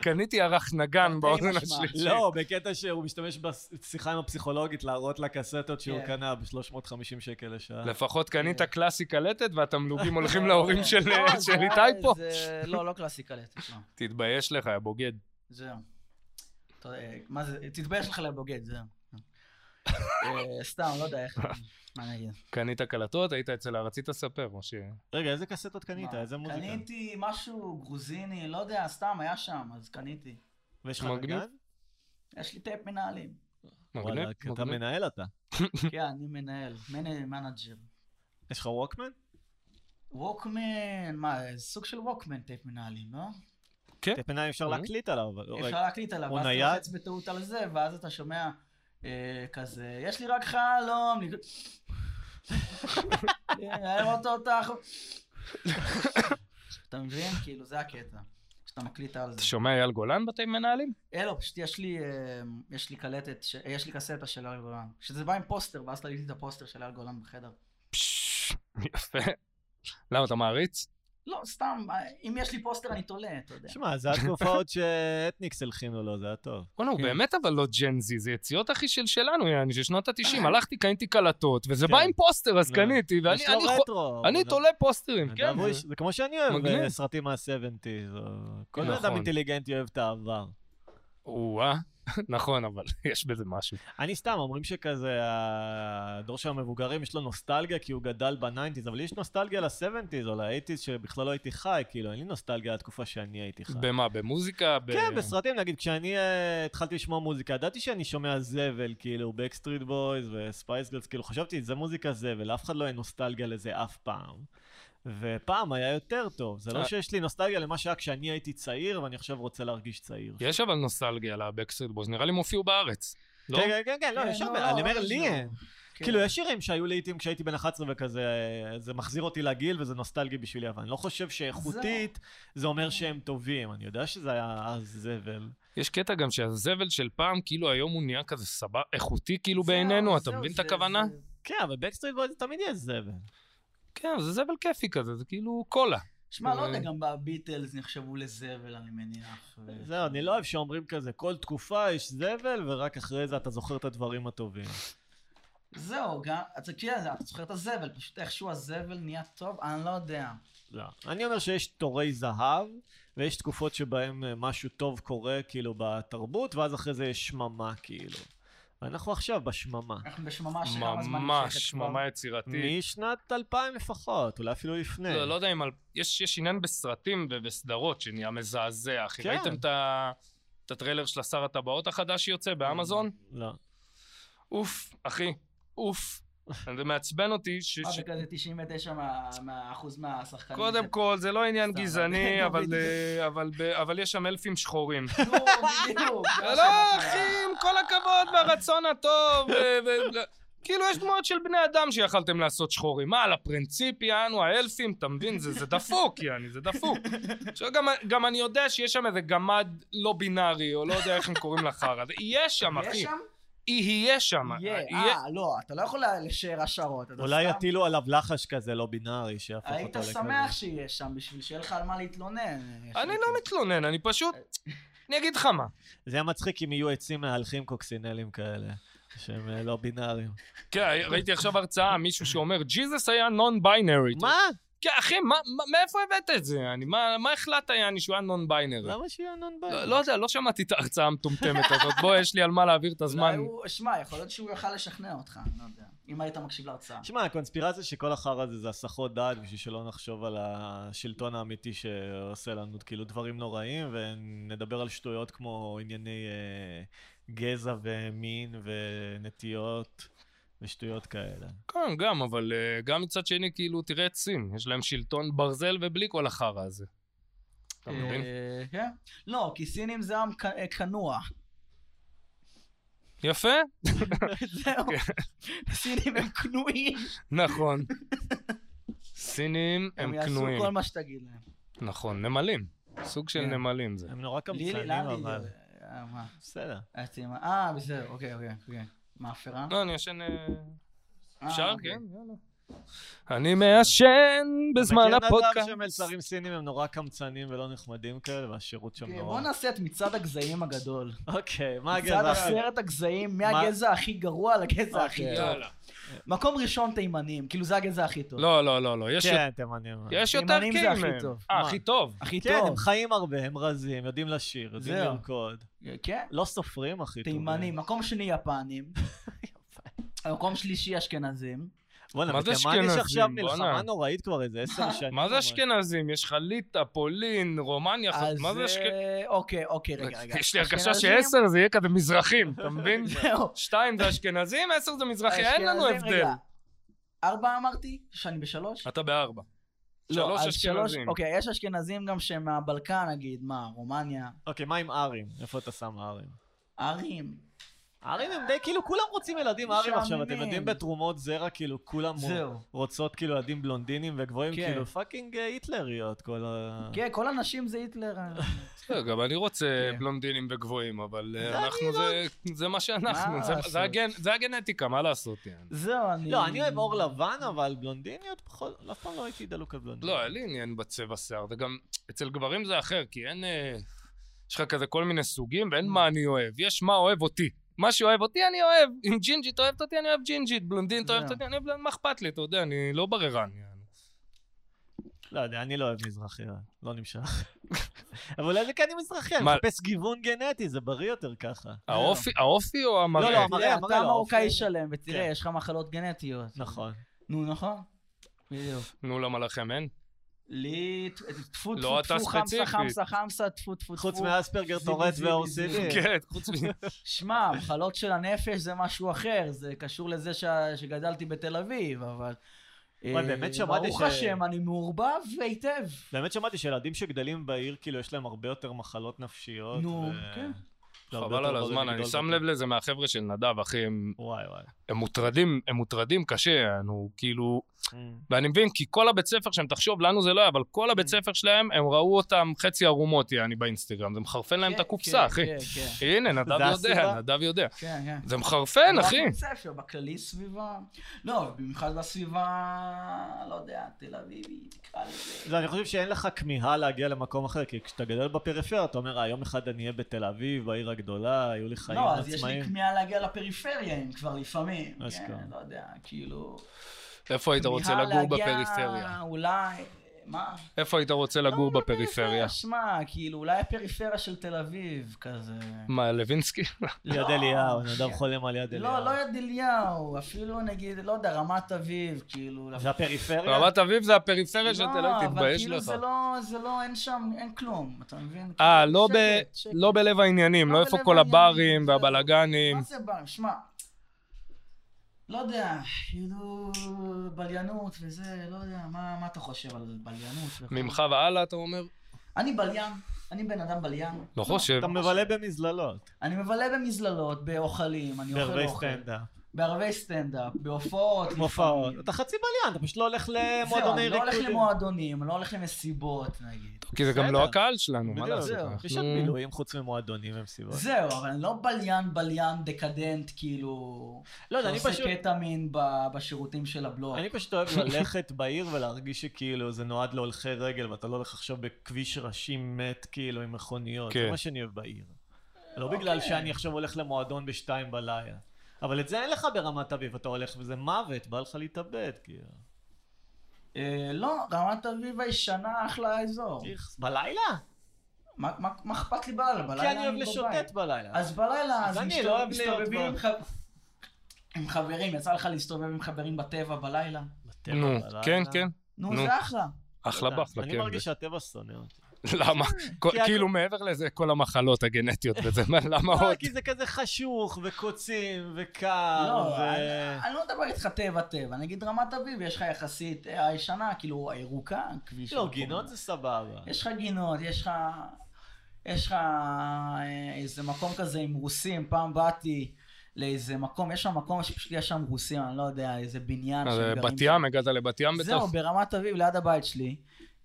[SPEAKER 3] קניתי ירח נגן
[SPEAKER 1] תרתי
[SPEAKER 3] באוזן
[SPEAKER 1] משמע.
[SPEAKER 3] השלישית.
[SPEAKER 2] לא, בקטע שהוא משתמש בשיחה עם הפסיכולוגית להראות לה קסטות שהוא
[SPEAKER 1] כן.
[SPEAKER 2] קנה ב-350 שקל לשעה.
[SPEAKER 3] לפחות קנית
[SPEAKER 1] אה.
[SPEAKER 3] קלאסי קלטת והתמלוגים הולכים
[SPEAKER 1] לא,
[SPEAKER 3] להורים
[SPEAKER 1] לא.
[SPEAKER 3] של אה,
[SPEAKER 1] לא,
[SPEAKER 3] של
[SPEAKER 1] זה היה
[SPEAKER 3] איתי פה.
[SPEAKER 1] איזה- לא, לא קלאסיקה לטק, לא.
[SPEAKER 3] תתבייש לך, יא בוגד.
[SPEAKER 1] זהו. אתה יודע, מה זה, תתבייש לך לבוגד, זהו. אה, סתם, לא יודע איך, מה אני אגיד.
[SPEAKER 3] קנית קלטות, היית אצל הרצית לספר, או ש...
[SPEAKER 2] רגע, איזה קסטות קנית?
[SPEAKER 1] מה,
[SPEAKER 2] איזה מוזיקה?
[SPEAKER 1] קניתי משהו גרוזיני, לא יודע, סתם, היה שם, אז קניתי.
[SPEAKER 2] ויש לך
[SPEAKER 3] מגניב.
[SPEAKER 2] נגן?
[SPEAKER 1] יש לי טייפ מנהלים.
[SPEAKER 3] מגניב,
[SPEAKER 2] וואלה, אתה
[SPEAKER 3] מגניב.
[SPEAKER 2] מנהל אתה.
[SPEAKER 1] כן, אני מנהל, מנה- מנג'ר.
[SPEAKER 2] יש לך ווקמן?
[SPEAKER 1] ווקמן, מה, זה סוג של ווקמן טייפ מנהלים, לא?
[SPEAKER 2] את הפנאי אפשר
[SPEAKER 3] אה.
[SPEAKER 2] להקליט עליו, אבל... לא, רגע.
[SPEAKER 1] אפשר להקליט עליו,
[SPEAKER 2] הוא
[SPEAKER 1] ואז
[SPEAKER 2] נייד?
[SPEAKER 1] אתה לוחץ בטעות על זה, ואז אתה שומע אה, כזה, יש לי רק חלום, כן, לג- לראות אותך. אתה מבין? כאילו, זה הקטע, שאתה מקליט על
[SPEAKER 3] אתה
[SPEAKER 1] זה.
[SPEAKER 3] שומע אייל גולן בתי מנהלים?
[SPEAKER 1] אה, לא, פשוט יש לי, אה, יש לי קלטת, ש- אה, יש לי קסטה של אייל גולן. שזה בא עם פוסטר, ואז תליתי את הפוסטר של אייל גולן בחדר.
[SPEAKER 3] פשש, יפה. למה, אתה מעריץ?
[SPEAKER 1] לא, סתם, אה, אם יש לי פוסטר אני תולה, אתה יודע.
[SPEAKER 2] שמע, זה התקופות שהטניקס הלחינו לו, זה היה טוב.
[SPEAKER 3] וואלה, הוא
[SPEAKER 2] כן.
[SPEAKER 3] באמת אבל לא ג'נזי, זה יציאות אחי של שלנו, יעני, של שנות התשעים. הלכתי, קניתי קלטות, וזה
[SPEAKER 2] כן.
[SPEAKER 3] בא עם פוסטר, אז
[SPEAKER 2] לא.
[SPEAKER 3] קניתי, ואני
[SPEAKER 2] יש לו
[SPEAKER 3] אני חו-
[SPEAKER 2] רטרו.
[SPEAKER 3] אני
[SPEAKER 2] הוא
[SPEAKER 3] תולה פוסטרים,
[SPEAKER 2] נדב
[SPEAKER 3] כן.
[SPEAKER 2] הוא
[SPEAKER 3] זה-
[SPEAKER 2] איש- זה כמו שאני אוהב
[SPEAKER 3] מגניב.
[SPEAKER 2] אה, סרטים מה-70's. או- כל בן אדם
[SPEAKER 3] נכון.
[SPEAKER 2] אינטליגנטי אוהב את העבר.
[SPEAKER 3] או-אה, נכון, אבל יש בזה משהו.
[SPEAKER 2] אני סתם, אומרים שכזה, הדור של המבוגרים יש לו נוסטלגיה כי הוא גדל בניינטיז, אבל לי יש נוסטלגיה ל-70's או ל-80's שבכלל לא הייתי חי, כאילו, אין לי נוסטלגיה לתקופה שאני הייתי
[SPEAKER 1] נכון.
[SPEAKER 2] חי.
[SPEAKER 3] במה, במוזיקה? ב-
[SPEAKER 2] כן, בסרטים, נגיד, כשאני אה, התחלתי לשמוע מוזיקה, ידעתי שאני שומע זבל, כאילו, בקסטריט בויז וספייס גרלס, כאילו, חשבתי, זה מוזיקה זבל, אף אחד לא היה נוסטלגיה לזה אף פעם. ופעם היה יותר טוב, זה
[SPEAKER 3] אה.
[SPEAKER 2] לא שיש לי נוסטלגיה למה שהיה כשאני הייתי צעיר, ואני עכשיו רוצה להרגיש צעיר. כן,
[SPEAKER 3] יש אבל נוסטלגיה לבקסטריט בוז, נראה לי הם הופיעו בארץ. לא?
[SPEAKER 2] כן, כן, כן, כן, לא,
[SPEAKER 1] כן,
[SPEAKER 2] יש
[SPEAKER 1] לא,
[SPEAKER 2] הרבה,
[SPEAKER 1] לא,
[SPEAKER 2] אני אומר,
[SPEAKER 1] לא,
[SPEAKER 2] לי
[SPEAKER 1] לא.
[SPEAKER 2] אין.
[SPEAKER 1] כן.
[SPEAKER 2] כאילו, יש שירים שהיו לעיתים כשהייתי בן 11 וכזה, אה, זה מחזיר אותי לגיל וזה נוסטלגי בשבילי, אבל אני לא חושב שאיכותית זה אומר שהם טובים. אני יודע שזה היה אז זבל.
[SPEAKER 1] כן.
[SPEAKER 3] יש קטע גם שהזבל של פעם, כאילו היום הוא נהיה כזה סבבה, איכותי כאילו
[SPEAKER 1] זהו,
[SPEAKER 3] בעינינו, אתה
[SPEAKER 1] זהו,
[SPEAKER 3] מבין את
[SPEAKER 1] זה-
[SPEAKER 3] הכוונה?
[SPEAKER 1] זה-
[SPEAKER 2] כן, אבל בקסטריט בויז תמיד יהיה זבל.
[SPEAKER 3] כן, זה זבל כיפי כזה, זה כאילו קולה.
[SPEAKER 1] שמע, לא
[SPEAKER 3] אה.
[SPEAKER 1] יודע, גם בביטלס נחשבו לזבל, אני מניח. ו-
[SPEAKER 2] זהו, אני לא אוהב שאומרים כזה, כל תקופה יש זבל, ורק אחרי זה אתה זוכר את הדברים הטובים.
[SPEAKER 1] זהו, גם, אתה כן, אתה זוכר את הזבל, פשוט איכשהו הזבל נהיה טוב, אני לא יודע.
[SPEAKER 2] לא. אני אומר שיש תורי זהב, ויש תקופות שבהן אה, משהו טוב קורה, כאילו, בתרבות, ואז אחרי זה יש שממה, כאילו. ואנחנו עכשיו בשממה.
[SPEAKER 1] אנחנו בשממה אה, שכמה זמן
[SPEAKER 3] ממש,
[SPEAKER 1] נמשכת כבר.
[SPEAKER 3] שממה יצירתית.
[SPEAKER 2] משנת 2000 לפחות, אולי אפילו לפני.
[SPEAKER 3] לא, לא יודע אם על... יש יש עניין בסרטים ובסדרות שנהיה מזעזע, אחי.
[SPEAKER 2] כן.
[SPEAKER 3] ראיתם את ה- את הטריילר של השר הטבעות החדש שיוצא באמזון?
[SPEAKER 2] לא.
[SPEAKER 3] אוף, אחי, אוף. זה מעצבן אותי ש...
[SPEAKER 1] מה,
[SPEAKER 3] ש-
[SPEAKER 1] וכזה 99 מה- מהאחוז מהשחקנים.
[SPEAKER 3] קודם כל, זה לא עניין
[SPEAKER 1] סתם,
[SPEAKER 3] גזעני,
[SPEAKER 1] אבל-
[SPEAKER 3] אבל, אה, אבל ב- אבל יש שם אלפים שחורים.
[SPEAKER 1] נו, בדיוק. זה מה
[SPEAKER 3] לא,
[SPEAKER 1] שאני אומר.
[SPEAKER 3] אחי, עם כל הכבוד והרצון הטוב. ו- ו- ו- כאילו, יש דמויות של בני אדם שיכלתם לעשות שחורים. מה, על הפרינציפ, יענו, האלפים, אתה מבין? זה זה דפוק, יעני, זה דפוק. עכשיו, גם- גם אני יודע שיש שם איזה גמד לא בינארי, או לא יודע איך הם קוראים לחרא. זה יהיה שם,
[SPEAKER 1] יש
[SPEAKER 3] אחי.
[SPEAKER 1] שם?
[SPEAKER 3] יהיה שם.
[SPEAKER 1] יהיה. אה, לא, אתה לא יכול לשער השערות. אתה
[SPEAKER 2] אולי
[SPEAKER 1] סתם-
[SPEAKER 2] יטילו עליו לחש כזה לא בינארי, שיהפוך אותו
[SPEAKER 1] היית
[SPEAKER 2] לכזה.
[SPEAKER 1] שמח שיהיה שם בשביל שיהיה לך על מה להתלונן. כאילו-
[SPEAKER 3] אני לא מתלונן, אני פשוט...
[SPEAKER 1] אה.
[SPEAKER 3] אני אגיד לך מה.
[SPEAKER 2] זה היה מצחיק אם יהיו עצים מהלכים קוקסינלים כאלה, שהם אה, לא בינאריים.
[SPEAKER 1] אה,
[SPEAKER 3] כן,
[SPEAKER 1] אוקיי.
[SPEAKER 3] ראיתי עכשיו הרצאה, מישהו שאומר, ג'יזוס היה נון ביינרי.
[SPEAKER 2] מה?
[SPEAKER 3] כן, אחי, מה- מה- מאיפה הבאת את זה? אני- מה מה החלטת, יעני, שהוא היה נון ביינרי?
[SPEAKER 2] למה שיהיה נון
[SPEAKER 3] לא
[SPEAKER 2] ביינרי?
[SPEAKER 3] לא יודע, לא שמעתי את ההרצאה המטומטמת הזאת. בוא, יש לי על מה להעביר את
[SPEAKER 1] זמן.
[SPEAKER 3] הזמן.
[SPEAKER 1] שמע, יכול להיות שהוא יכל לשכנע אותך, אני לא יודע. אם היית מקשיב להרצאה.
[SPEAKER 2] תשמע, הקונספירציה שכל החרא הזה זה הסחות דעת, בשביל שלא נחשוב על השלטון האמיתי שעושה לנו כאילו דברים נוראים, ונדבר על שטויות כמו ענייני אה, גזע ומין ונטיות ושטויות כאלה.
[SPEAKER 3] כן, גם, אבל אה, גם מצד שני, כאילו, תראה את סין, יש להם שלטון ברזל ובלי כל החרא הזה. אתה מבין?
[SPEAKER 1] אה, כן. לא, כי סינים זה עם ק- אה, כנוע.
[SPEAKER 3] יפה,
[SPEAKER 1] זהו. סינים הם כנועים.
[SPEAKER 3] נכון. סינים הם
[SPEAKER 1] הם
[SPEAKER 3] כנועים.
[SPEAKER 1] יעשו כל מה שתגיד להם.
[SPEAKER 3] נכון, נמלים. סוג של
[SPEAKER 1] כן.
[SPEAKER 3] נמלים זה.
[SPEAKER 2] הם נורא
[SPEAKER 1] לי-
[SPEAKER 2] קמצנים,
[SPEAKER 1] לאן לי-
[SPEAKER 2] אבל...
[SPEAKER 1] אה, מה?
[SPEAKER 2] בסדר.
[SPEAKER 1] הסינים- אה, בסדר, אוקיי, אוקיי. אוקיי. מאפרה?
[SPEAKER 3] לא, אני לא, ישן... אה,
[SPEAKER 1] אה,
[SPEAKER 3] אפשר?
[SPEAKER 1] אוקיי.
[SPEAKER 3] כן, יאללה. אני מעשן בזמן
[SPEAKER 2] מכיר
[SPEAKER 3] הפודקאסט.
[SPEAKER 2] נדב שמלצרים סינים הם נורא קמצנים ולא נחמדים כאלה, והשירות שם
[SPEAKER 1] אוקיי, בוא
[SPEAKER 2] נורא...
[SPEAKER 1] נעשה את מצעד הגזעים הגדול.
[SPEAKER 2] אוקיי, מה
[SPEAKER 1] מצעד
[SPEAKER 2] הגזע?
[SPEAKER 1] עשרת הגזעים, מהגזע הכי גרוע לגזע הכי
[SPEAKER 2] אוקיי.
[SPEAKER 1] טוב.
[SPEAKER 3] יאללה.
[SPEAKER 1] מקום ראשון תימנים, כאילו זה הגזע הכי טוב.
[SPEAKER 3] לא, לא, לא, לא. יש יותר-
[SPEAKER 2] כן, תימנים.
[SPEAKER 3] יש יותר
[SPEAKER 1] תימנים זה
[SPEAKER 3] קיים.
[SPEAKER 1] הכי
[SPEAKER 3] מהם.
[SPEAKER 1] טוב.
[SPEAKER 3] אה,
[SPEAKER 2] מה?
[SPEAKER 3] הכי טוב.
[SPEAKER 1] הכי
[SPEAKER 2] כן,
[SPEAKER 1] טוב.
[SPEAKER 2] הם חיים הרבה, הם רזים, יודעים לשיר, יודעים
[SPEAKER 1] זהו.
[SPEAKER 2] לרקוד.
[SPEAKER 1] כן.
[SPEAKER 2] לא סופרים הכי טובים.
[SPEAKER 1] תימנים. מקום שני יפנים. מקום שלישי אשכנזים.
[SPEAKER 2] בואנה,
[SPEAKER 3] מה זה
[SPEAKER 2] בתימן יש
[SPEAKER 3] אשכנזים?
[SPEAKER 2] עכשיו
[SPEAKER 3] בואנה.
[SPEAKER 2] מלחמה נוראית כבר איזה עשר
[SPEAKER 1] אה,
[SPEAKER 2] שנים.
[SPEAKER 3] מה זה
[SPEAKER 2] אבל-
[SPEAKER 3] אשכנזים? יש לך ליטא, פולין, רומניה,
[SPEAKER 1] אז...
[SPEAKER 3] מה זה אשכנזים?
[SPEAKER 1] אה, אוקיי, אוקיי, רגע, רגע.
[SPEAKER 3] יש לי הרגשה
[SPEAKER 1] אשכנזים?
[SPEAKER 3] שעשר זה יהיה כזה מזרחים, אתה מבין?
[SPEAKER 1] זהו.
[SPEAKER 3] שתיים זה אשכנזים, עשר זה מזרחי, אין לנו
[SPEAKER 1] אשכנזים,
[SPEAKER 3] הבדל.
[SPEAKER 1] רגע. ארבע אמרתי? שאני בשלוש?
[SPEAKER 3] אתה בארבע.
[SPEAKER 1] לא,
[SPEAKER 3] שלוש
[SPEAKER 1] אז
[SPEAKER 3] אשכנזים.
[SPEAKER 1] אוקיי, יש אשכנזים גם שהם מהבלקן, נגיד, מה, רומניה,
[SPEAKER 2] אוקיי, מה עם ארים? איפה אתה שם ארים?
[SPEAKER 1] ערים.
[SPEAKER 2] ארים הם די, כאילו, כולם רוצים ילדים ארים עכשיו, אתם
[SPEAKER 1] משעממים.
[SPEAKER 2] יודעים בתרומות זרע, כאילו, כולם
[SPEAKER 1] זהו.
[SPEAKER 2] רוצות כאילו ילדים בלונדינים וגבוהים,
[SPEAKER 1] כן.
[SPEAKER 2] כאילו, פאקינג אה, היטלריות, כל ה...
[SPEAKER 1] כן, כל הנשים זה היטלר.
[SPEAKER 3] בסדר, גם אני רוצה
[SPEAKER 1] כן.
[SPEAKER 3] בלונדינים וגבוהים, אבל אה,
[SPEAKER 2] זה אני
[SPEAKER 3] אנחנו זה- זה מה שאנחנו,
[SPEAKER 1] מה
[SPEAKER 3] זה-
[SPEAKER 1] לעשות?
[SPEAKER 3] זה הגן- זה הגנטיקה, מה לעשות? יעני?
[SPEAKER 1] זהו, אני...
[SPEAKER 2] לא, אני אוהב עור לבן, אבל בלונדיניות פחות, אף פעם לא הייתי דלוק על
[SPEAKER 3] לא,
[SPEAKER 2] בלונדיניות.
[SPEAKER 3] היה לי עניין בצבע שיער, וגם אצל גברים זה אחר, כי אין... אה, יש לך כזה כל מיני סוגים, ואין מה אני אוהב, יש מה אוהב אותי. מה שאוהב אותי אני אוהב, אם ג'ינג'ית אוהבת אותי אני אוהב ג'ינג'ית, בלונדינית
[SPEAKER 1] זהו.
[SPEAKER 3] אוהבת אותי אני אוהב, בלונדינית, מה אכפת לי, אתה יודע, אני לא בררן. יעני.
[SPEAKER 2] לא יודע, אני לא אוהב מזרחי, לא נמשך. אבל אולי זה כי אני מזרחי, אני
[SPEAKER 3] מה-
[SPEAKER 2] מחפש גיוון גנטי, זה בריא יותר ככה.
[SPEAKER 3] האופי- האופי או המראה?
[SPEAKER 2] לא, המראה,
[SPEAKER 1] תראה,
[SPEAKER 2] המראה
[SPEAKER 1] אתה
[SPEAKER 2] לא,
[SPEAKER 1] מרוקאי
[SPEAKER 2] אופי.
[SPEAKER 1] שלם, ותראה,
[SPEAKER 2] כן.
[SPEAKER 1] יש לך מחלות גנטיות.
[SPEAKER 2] נכון.
[SPEAKER 1] נו, נכון. בדיוק.
[SPEAKER 3] נו, למה לכם אין?
[SPEAKER 1] לי, טפו, טפו,
[SPEAKER 3] לא, אתה
[SPEAKER 1] טפו, חמסה,
[SPEAKER 3] ספציפי.
[SPEAKER 1] חמסה, חמסה, טפו, טפו,
[SPEAKER 2] חוץ
[SPEAKER 1] טפו.
[SPEAKER 2] מאספרגר
[SPEAKER 1] זיבי,
[SPEAKER 2] טורט
[SPEAKER 1] זיבי, זיבי.
[SPEAKER 2] ו-OCD.
[SPEAKER 3] כן, חוץ מ...
[SPEAKER 1] שמע, מחלות של הנפש זה משהו אחר, זה קשור לזה ש- שגדלתי בתל אביב, אבל...
[SPEAKER 2] וואי, באמת
[SPEAKER 1] אה,
[SPEAKER 2] שמעתי
[SPEAKER 1] ברוך
[SPEAKER 2] ש-
[SPEAKER 1] השם, אני מעורבב היטב.
[SPEAKER 2] באמת שמעתי שילדים שגדלים בעיר, כאילו, יש להם הרבה יותר מחלות נפשיות.
[SPEAKER 1] נו,
[SPEAKER 2] ו-
[SPEAKER 1] כן.
[SPEAKER 2] והרבה
[SPEAKER 3] חבל
[SPEAKER 2] יותר
[SPEAKER 3] על
[SPEAKER 2] בריא
[SPEAKER 3] הזמן, אני
[SPEAKER 2] לא לגדול
[SPEAKER 3] שם
[SPEAKER 2] בטוח.
[SPEAKER 3] לב לזה מהחבר'ה של נדב, אחי, הם-
[SPEAKER 2] וואי וואי.
[SPEAKER 3] הם מוטרדים, הם מוטרדים קשה, נו, כאילו,
[SPEAKER 1] Mm.
[SPEAKER 3] ואני מבין, כי כל הבית ספר שם, תחשוב, לנו זה לא היה, אבל כל הבית
[SPEAKER 1] כן.
[SPEAKER 3] ספר שלהם, הם ראו אותם חצי ערומות, יעני, באינסטגרם. זה מחרפן להם את
[SPEAKER 1] כן,
[SPEAKER 3] הקופסה,
[SPEAKER 1] כן,
[SPEAKER 3] אחי.
[SPEAKER 1] כן, כן,
[SPEAKER 3] הנה, נדב יודע,
[SPEAKER 2] הסיבה?
[SPEAKER 3] נדב יודע.
[SPEAKER 1] כן, כן.
[SPEAKER 3] זה מחרפן, אחי.
[SPEAKER 1] בבית ספר, בכללי סביבה. לא, במיוחד בסביבה, לא יודע, תל אביבי, תקרא לזה.
[SPEAKER 2] זה, אני חושב שאין לך כמיהה להגיע למקום אחר, כי כשאתה גדל בפריפריה, אתה אומר, היום אחד אני אהיה בתל אביב, בעיר הגדולה, היו לי חיים
[SPEAKER 1] לא, אז יש לי
[SPEAKER 2] עצמאיים.
[SPEAKER 1] כמיהה להגיע לפריפריה, אם כבר לפעמים.
[SPEAKER 2] אז
[SPEAKER 1] כן,
[SPEAKER 2] כן.
[SPEAKER 1] לא יודע, כאילו...
[SPEAKER 3] איפה היית רוצה
[SPEAKER 1] כמיהה
[SPEAKER 3] לגור
[SPEAKER 1] להגיע
[SPEAKER 3] בפריפריה?
[SPEAKER 1] אולי... מה?
[SPEAKER 3] איפה היית רוצה לגור
[SPEAKER 1] לא,
[SPEAKER 3] בפריפריה?
[SPEAKER 1] שמע, כאילו, אולי הפריפריה של תל אביב, כזה.
[SPEAKER 3] מה, לוינסקי?
[SPEAKER 2] ליד
[SPEAKER 1] לא.
[SPEAKER 2] אליהו, נדב חולם על יד אליהו.
[SPEAKER 1] לא, לא יד אליהו, אפילו נגיד, לא יודע, רמת אביב, כאילו.
[SPEAKER 2] זה הפריפריה?
[SPEAKER 3] רמת אביב זה הפריפריה של תל
[SPEAKER 1] אוקיי. לא,
[SPEAKER 3] אביב,
[SPEAKER 1] אבל
[SPEAKER 3] תתבייש
[SPEAKER 1] כאילו
[SPEAKER 3] לך.
[SPEAKER 1] זה לא, זה לא, אין שם, אין כלום, אתה מבין?
[SPEAKER 3] אה,
[SPEAKER 1] כאילו,
[SPEAKER 3] לא
[SPEAKER 1] שקט,
[SPEAKER 3] ב-
[SPEAKER 1] שקט.
[SPEAKER 3] לא בלב העניינים,
[SPEAKER 1] לא
[SPEAKER 3] לא איפה
[SPEAKER 1] בלב
[SPEAKER 3] כל
[SPEAKER 1] העניינים,
[SPEAKER 3] הברים
[SPEAKER 1] זהו.
[SPEAKER 3] והבלגנים.
[SPEAKER 1] מה זה בר? שמע, לא יודע, כאילו, בליינות וזה, לא יודע, מה מה אתה חושב על בליינות? וכל-
[SPEAKER 3] ממך והלאה, אתה אומר?
[SPEAKER 1] אני בליין, אני בן אדם בליין.
[SPEAKER 3] לא חושב.
[SPEAKER 2] אתה מבלה במזללות.
[SPEAKER 1] אני מבלה במזללות, באוכלים, אני אוכל
[SPEAKER 2] בערבי
[SPEAKER 1] אוכל.
[SPEAKER 2] סטנדאפ,
[SPEAKER 1] בערבי סטנדאפ, בהופעות.
[SPEAKER 2] מופעות.
[SPEAKER 1] לפעמים.
[SPEAKER 2] אתה חצי בליין, אתה פשוט לא הולך
[SPEAKER 1] זהו, אני
[SPEAKER 2] למועדוני
[SPEAKER 1] לא הולך
[SPEAKER 2] ריקודים.
[SPEAKER 1] למועדונים, לא הולך למסיבות, נגיד.
[SPEAKER 3] כי זה גם
[SPEAKER 2] בסדר.
[SPEAKER 3] לא הקהל שלנו, מה
[SPEAKER 2] בדיוק.
[SPEAKER 3] לעשות?
[SPEAKER 1] זהו.
[SPEAKER 2] יש עוד
[SPEAKER 3] אנחנו-
[SPEAKER 2] בילויים חוץ ממועדונים ומסיבות.
[SPEAKER 1] זהו, אבל אני לא בליין בליין דקדנט, כאילו...
[SPEAKER 2] לא יודע, אני
[SPEAKER 1] שעושה
[SPEAKER 2] פשוט...
[SPEAKER 1] קטע מין ב- בשירותים של הבלוק.
[SPEAKER 2] אני פשוט אוהב ללכת בעיר ולהרגיש שכאילו זה נועד להולכי רגל ואתה לא הולך עכשיו בכביש ראשי מת כאילו עם מכוניות, זה
[SPEAKER 3] כן.
[SPEAKER 2] מה שאני אוהב בעיר. לא
[SPEAKER 1] אוקיי.
[SPEAKER 2] בגלל שאני עכשיו הולך למועדון בשתיים בלילה. אבל את זה אין לך ברמת אביב, אתה הולך וזה מוות, בא לך להתאבד, כאילו.
[SPEAKER 1] אה, לא, רמת אביב הישנה אחלה אזור.
[SPEAKER 2] איכס, בלילה?
[SPEAKER 1] מה- מה מה אכפת לי בלילה? בלילה
[SPEAKER 2] כי אני אוהב
[SPEAKER 1] בבית.
[SPEAKER 2] לשוטט בלילה.
[SPEAKER 1] אז בלילה,
[SPEAKER 2] אז
[SPEAKER 1] אז
[SPEAKER 2] אני
[SPEAKER 1] מסתובב-
[SPEAKER 2] לא אוהב להיות
[SPEAKER 1] מסתובבים
[SPEAKER 2] ב-
[SPEAKER 1] עם ח- עם חברים, יצא לך להסתובב עם חברים בטבע בלילה?
[SPEAKER 2] בטבע
[SPEAKER 3] נו,
[SPEAKER 2] בלילה.
[SPEAKER 3] כן, כן.
[SPEAKER 1] נו,
[SPEAKER 3] נו.
[SPEAKER 1] זה אחלה.
[SPEAKER 3] אחלה
[SPEAKER 2] אתה יודע,
[SPEAKER 3] באחלה,
[SPEAKER 2] אני
[SPEAKER 3] כן.
[SPEAKER 2] מרגיש שהטבע שונא אותי.
[SPEAKER 3] למה? כל-
[SPEAKER 2] כי הכל-
[SPEAKER 3] כאילו מעבר לזה, כל המחלות הגנטיות וזה, מה- למה
[SPEAKER 2] לא,
[SPEAKER 3] עוד?
[SPEAKER 2] כי זה כזה חשוך וקוצים וקר
[SPEAKER 1] לא,
[SPEAKER 2] ו...
[SPEAKER 1] אני- אני לא מדבר איתך טבע טבע, נגיד רמת אביב יש לך יחסית אה, הישנה, כאילו הירוקה, כביש.
[SPEAKER 2] לא,
[SPEAKER 1] המקום.
[SPEAKER 2] גינות זה סבבה.
[SPEAKER 1] יש לך גינות, יש לך... יש לך אה, איזה מקום כזה עם רוסים, פעם באתי לאיזה מקום, יש שם מקום שפשוט יש שם רוסים, אני לא יודע, איזה בניין
[SPEAKER 3] אז
[SPEAKER 1] שהם גרים
[SPEAKER 3] אה, בת
[SPEAKER 1] שם.
[SPEAKER 3] ים, הגעת לבת ים
[SPEAKER 1] זהו,
[SPEAKER 3] בתוך?
[SPEAKER 1] ברמת אביב, ליד הבית שלי.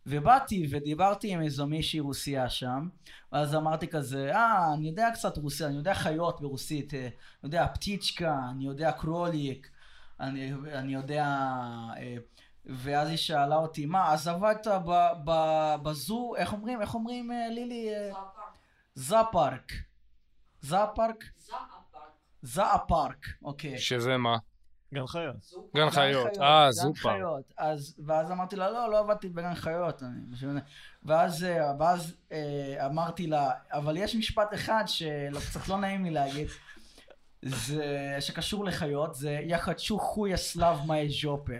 [SPEAKER 1] ובאתי ודיברתי עם איזו מישהי רוסייה שם, ואז אמרתי כזה, אה, אני יודע קצת רוסיה, אני יודע חיות ברוסית, אה, אני יודע פטיצ'קה, אני יודע קרוליק. אני, אני יודע... אה, ואז היא שאלה אותי, מה, אז עבדת ב- ב- בזו, איך אומרים, איך אומרים, אה, לילי? אה, זאפארק. זאפארק? זאפארק, אוקיי.
[SPEAKER 3] שזה מה?
[SPEAKER 2] גן חיות.
[SPEAKER 3] גן חיות.
[SPEAKER 1] גן
[SPEAKER 3] אה,
[SPEAKER 1] גן
[SPEAKER 3] זופה.
[SPEAKER 1] חיות. אז, ואז אמרתי לה, לא, לא עבדתי בגן חיות. אני, בשביל זה." ואז, אה, ואז אה, אמרתי לה, אבל יש משפט אחד שקצת לא נעים לי להגיד, זה, שקשור לחיות, זה יחדשו חוי הסלב מאי ז'ופה.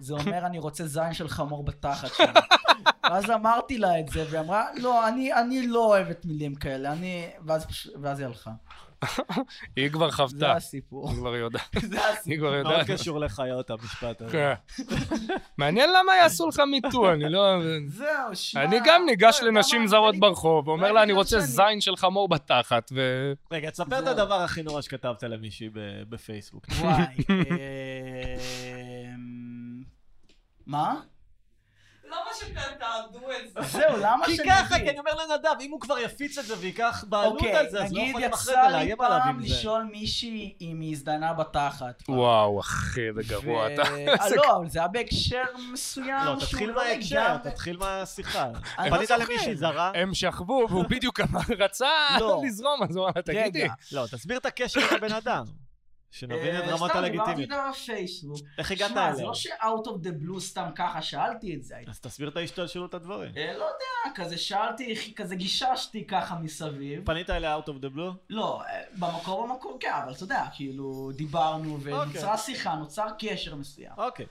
[SPEAKER 1] זה אומר, אני רוצה זין של חמור בתחת שלי. ואז אמרתי לה את זה, והיא אמרה, לא, אני, אני לא אוהבת מילים כאלה, אני... ואז, פש- ואז היא הלכה.
[SPEAKER 3] היא כבר
[SPEAKER 1] זה
[SPEAKER 3] חוותה.
[SPEAKER 1] הסיפור.
[SPEAKER 3] היא כבר יודעת.
[SPEAKER 1] זה הסיפור.
[SPEAKER 3] היא כבר
[SPEAKER 2] מאוד
[SPEAKER 3] יודעת.
[SPEAKER 2] קשור לחיות המשפט הזה.
[SPEAKER 3] כן. מעניין למה יעשו לך מיטו, אני לא...
[SPEAKER 1] זהו, שמע.
[SPEAKER 3] אני גם ניגש
[SPEAKER 1] לא,
[SPEAKER 3] לנשים
[SPEAKER 1] למה-
[SPEAKER 3] זרות
[SPEAKER 1] אני- לא,
[SPEAKER 3] ברחוב, ואומר
[SPEAKER 1] אני
[SPEAKER 3] לה, אני
[SPEAKER 1] גם
[SPEAKER 3] רוצה
[SPEAKER 1] שאני-
[SPEAKER 3] זין של חמור בתחת, ו...
[SPEAKER 2] רגע, תספר את
[SPEAKER 1] זהו.
[SPEAKER 2] הדבר הכי נורא שכתבת למישהי ב- בפייסבוק.
[SPEAKER 1] וואי. אמ, מה?
[SPEAKER 4] למה שכאן תעדו את זה?
[SPEAKER 1] זהו, למה
[SPEAKER 2] כי
[SPEAKER 1] שאני
[SPEAKER 2] ככה,
[SPEAKER 1] אגיד?
[SPEAKER 2] כי אני אומר לנדב, אם הוא כבר יפיץ את זה וייקח בעלות
[SPEAKER 1] אוקיי,
[SPEAKER 2] על זה, אז לא
[SPEAKER 1] נגיד
[SPEAKER 2] יכולים אחרי
[SPEAKER 1] יצא
[SPEAKER 2] זה
[SPEAKER 1] לי
[SPEAKER 2] לאיים עליו
[SPEAKER 1] פעם
[SPEAKER 2] עם זה.
[SPEAKER 1] לשאול מישהי אם היא הזדיינה בתחת.
[SPEAKER 3] וואו, אחי, זה גרוע אתה.
[SPEAKER 1] אה, לא, אבל זה היה בהקשר מסוים.
[SPEAKER 2] לא,
[SPEAKER 1] שהוא
[SPEAKER 2] תתחיל
[SPEAKER 1] לא
[SPEAKER 2] מההקשר,
[SPEAKER 1] לגמרי-
[SPEAKER 2] תתחיל מהשיחה.
[SPEAKER 1] אני
[SPEAKER 2] פנית
[SPEAKER 1] לא זוכר.
[SPEAKER 2] למישהי זרה?
[SPEAKER 3] הם שכבו, והוא בדיוק אמר, רצה
[SPEAKER 1] לא.
[SPEAKER 3] לזרום, אז הוא אמר, תגידי.
[SPEAKER 1] רגע,
[SPEAKER 2] לא, תסביר את הקשר לבן אדם. שנבין את
[SPEAKER 1] אה,
[SPEAKER 2] רמת
[SPEAKER 1] סתם,
[SPEAKER 2] הלגיטימיות.
[SPEAKER 1] דיברתי איתה בפייסבוק.
[SPEAKER 2] איך הגעת
[SPEAKER 1] שמע, זה
[SPEAKER 2] אליה?
[SPEAKER 1] לא ש-out of the blue סתם ככה שאלתי את זה.
[SPEAKER 2] אז תסביר את ההשתלשלות הדברים.
[SPEAKER 1] אה, לא יודע, כזה שאלתי, כזה גיששתי ככה מסביב.
[SPEAKER 2] פנית אליה out of the blue?
[SPEAKER 1] לא, אה, במקור במקור כן, אבל אתה יודע, כאילו, דיברנו ונוצרה שיחה, נוצר קשר מסוים.
[SPEAKER 2] אוקיי.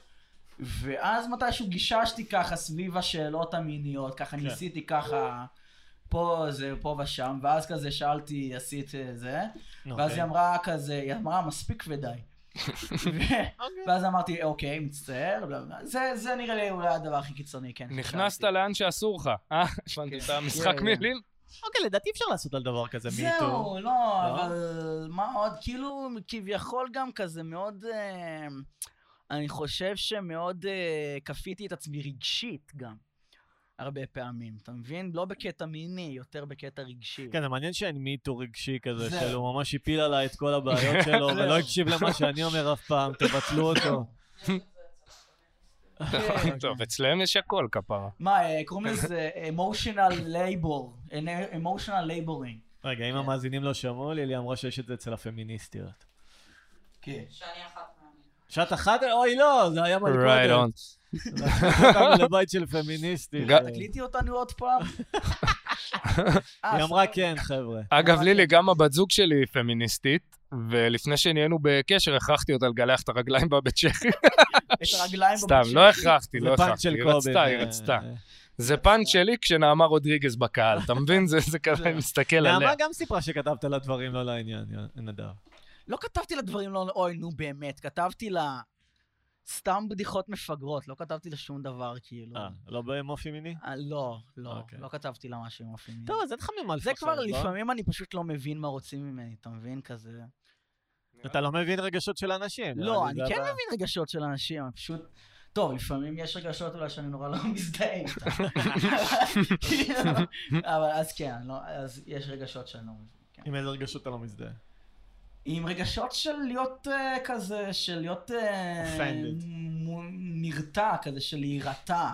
[SPEAKER 1] ואז מתישהו גיששתי ככה סביב השאלות המיניות, ככה
[SPEAKER 2] כן.
[SPEAKER 1] ניסיתי ככה, פה זה, פה ושם, ואז כזה שאלתי, עשית אה, זה, ואז
[SPEAKER 2] אוקיי.
[SPEAKER 1] היא אמרה כזה, היא אמרה מספיק ודי. ו- ואז אמרתי, אוקיי, מצטער, בלה, בלה." זה, זה נראה לי אולי הדבר הכי קיצוני, כן.
[SPEAKER 3] נכנסת
[SPEAKER 1] ששאלתי.
[SPEAKER 3] לאן שאסור לך. אה, הבנתי את המשחק
[SPEAKER 1] כן, כן.
[SPEAKER 3] מילים?
[SPEAKER 2] אוקיי, לדעתי אפשר לעשות על דבר כזה מיטו.
[SPEAKER 1] זהו, לא, אבל מה עוד, כאילו, כביכול גם כזה מאוד, אה, אני חושב שמאוד אה, כפיתי את עצמי רגשית גם, הרבה פעמים, אתה מבין? לא בקטע מיני, יותר בקטע רגשי.
[SPEAKER 2] כן, זה מעניין שאין מיטו רגשי כזה,
[SPEAKER 1] זהו.
[SPEAKER 2] שהוא ממש הפיל עליי את כל הבעיות שלו, ולא הקשיב למה שאני אומר אף פעם, תבטלו אותו.
[SPEAKER 1] כן.
[SPEAKER 3] טוב, אצלהם יש הכל כפרה.
[SPEAKER 1] מה, אה, קוראים לזה אמושיונל לייבור, אמושיונל לייבורינג.
[SPEAKER 2] רגע, אם המאזינים לא שמעו לי, לי אמרה שיש את זה אצל הפמיניסטיות.
[SPEAKER 1] כן.
[SPEAKER 4] שאני אחת מהן.
[SPEAKER 2] שעת אחת, אוי לא, זה היה מלכודת.
[SPEAKER 3] Right on.
[SPEAKER 2] לקחת אותנו לבית של פמיניסטית.
[SPEAKER 3] ג-
[SPEAKER 2] היא
[SPEAKER 1] תקליטי אותנו עוד פעם. אה,
[SPEAKER 2] אמרה כן, חבר'ה.
[SPEAKER 3] אגב,
[SPEAKER 1] אבל-
[SPEAKER 3] לילי, גם הבת זוג שלי היא פמיניסטית, ולפני שנהיינו בקשר, הכרחתי אותה לגלח את הרגליים בבית צ'כי.
[SPEAKER 1] את הרגליים
[SPEAKER 3] סתם,
[SPEAKER 1] כן, בבית
[SPEAKER 3] לא הכרחתי,
[SPEAKER 2] זה
[SPEAKER 3] לא
[SPEAKER 2] פאנק
[SPEAKER 3] הכרחתי.
[SPEAKER 2] של
[SPEAKER 3] היא
[SPEAKER 2] קובי.
[SPEAKER 3] רצתה,
[SPEAKER 1] כן.
[SPEAKER 3] היא
[SPEAKER 2] אה,
[SPEAKER 3] רצתה.
[SPEAKER 2] אה.
[SPEAKER 3] זה פאנץ' שלי כשנעמה רודריגז בקהל, אתה מבין? זה זה כזה, אני מסתכל כן, עליה.
[SPEAKER 2] נעמה גם סיפרה שכתבת לה דברים לא לעניין, יא- נדב.
[SPEAKER 1] לא כתבתי לה דברים לא... אוי, נו באמת, כתבתי לה סתם בדיחות מפגרות, לא כתבתי לה שום דבר, כאילו.
[SPEAKER 2] אה, לא במופי מיני?
[SPEAKER 1] אה, לא, לא,
[SPEAKER 2] אוקיי.
[SPEAKER 1] לא כתבתי לה משהו עם אופיינים.
[SPEAKER 2] טוב, אז אין לך ממה
[SPEAKER 1] זה
[SPEAKER 2] לפחד,
[SPEAKER 1] כבר
[SPEAKER 2] לא?
[SPEAKER 1] לפעמים אני פשוט לא מבין מה רוצים ממני, אתה מבין? כזה.
[SPEAKER 2] אתה לא מבין רגשות של אנשים.
[SPEAKER 1] לא,
[SPEAKER 2] אבל
[SPEAKER 1] אני
[SPEAKER 2] זה
[SPEAKER 1] כן
[SPEAKER 2] הבעיה.
[SPEAKER 1] מבין רגשות של אנשים, אני פשוט... טוב, לפעמים יש רגשות אולי שאני נורא לא מזדהה איתם. כאילו, אבל אז כן, לא, אז יש רגשות שאני לא מבין. כן.
[SPEAKER 2] עם איזה רגשות אתה לא מזדהה.
[SPEAKER 1] עם רגשות של להיות אה, כזה, של להיות אה,
[SPEAKER 2] Offended.
[SPEAKER 1] מ- נרתע, כזה של להירתע.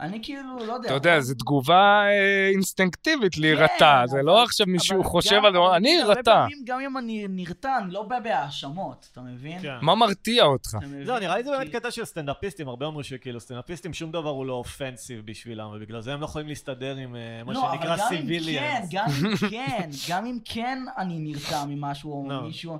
[SPEAKER 1] אני כאילו, לא יודע.
[SPEAKER 3] אתה יודע, זו תגובה אה, אינסטינקטיבית להירתע,
[SPEAKER 1] כן,
[SPEAKER 3] זה
[SPEAKER 1] אבל-
[SPEAKER 3] לא עכשיו
[SPEAKER 1] אבל
[SPEAKER 3] מישהו
[SPEAKER 1] גם-
[SPEAKER 3] חושב על זה,
[SPEAKER 1] אבל
[SPEAKER 3] אני
[SPEAKER 1] הרבה
[SPEAKER 3] אירתע.
[SPEAKER 1] פעמים, גם אם אני נרתע, אני לא בא בהאשמות, אתה מבין?
[SPEAKER 2] כן.
[SPEAKER 3] מה מרתיע אותך?
[SPEAKER 1] אתה מבין?
[SPEAKER 2] זהו, נראה לי זה באמת
[SPEAKER 1] כי-
[SPEAKER 2] קטע של סטנדאפיסטים, הרבה אומרים שכאילו סטנדאפיסטים שום דבר הוא לא אופנסיב בשבילם, ובגלל זה הם לא יכולים להסתדר עם אה, מה
[SPEAKER 1] לא, אבל
[SPEAKER 2] שנקרא
[SPEAKER 1] גם אם כן,
[SPEAKER 2] סיביליאנס.
[SPEAKER 1] גם אם כן, גם אם כן אני נרתע ממשהו
[SPEAKER 2] לא.
[SPEAKER 1] או מישהו,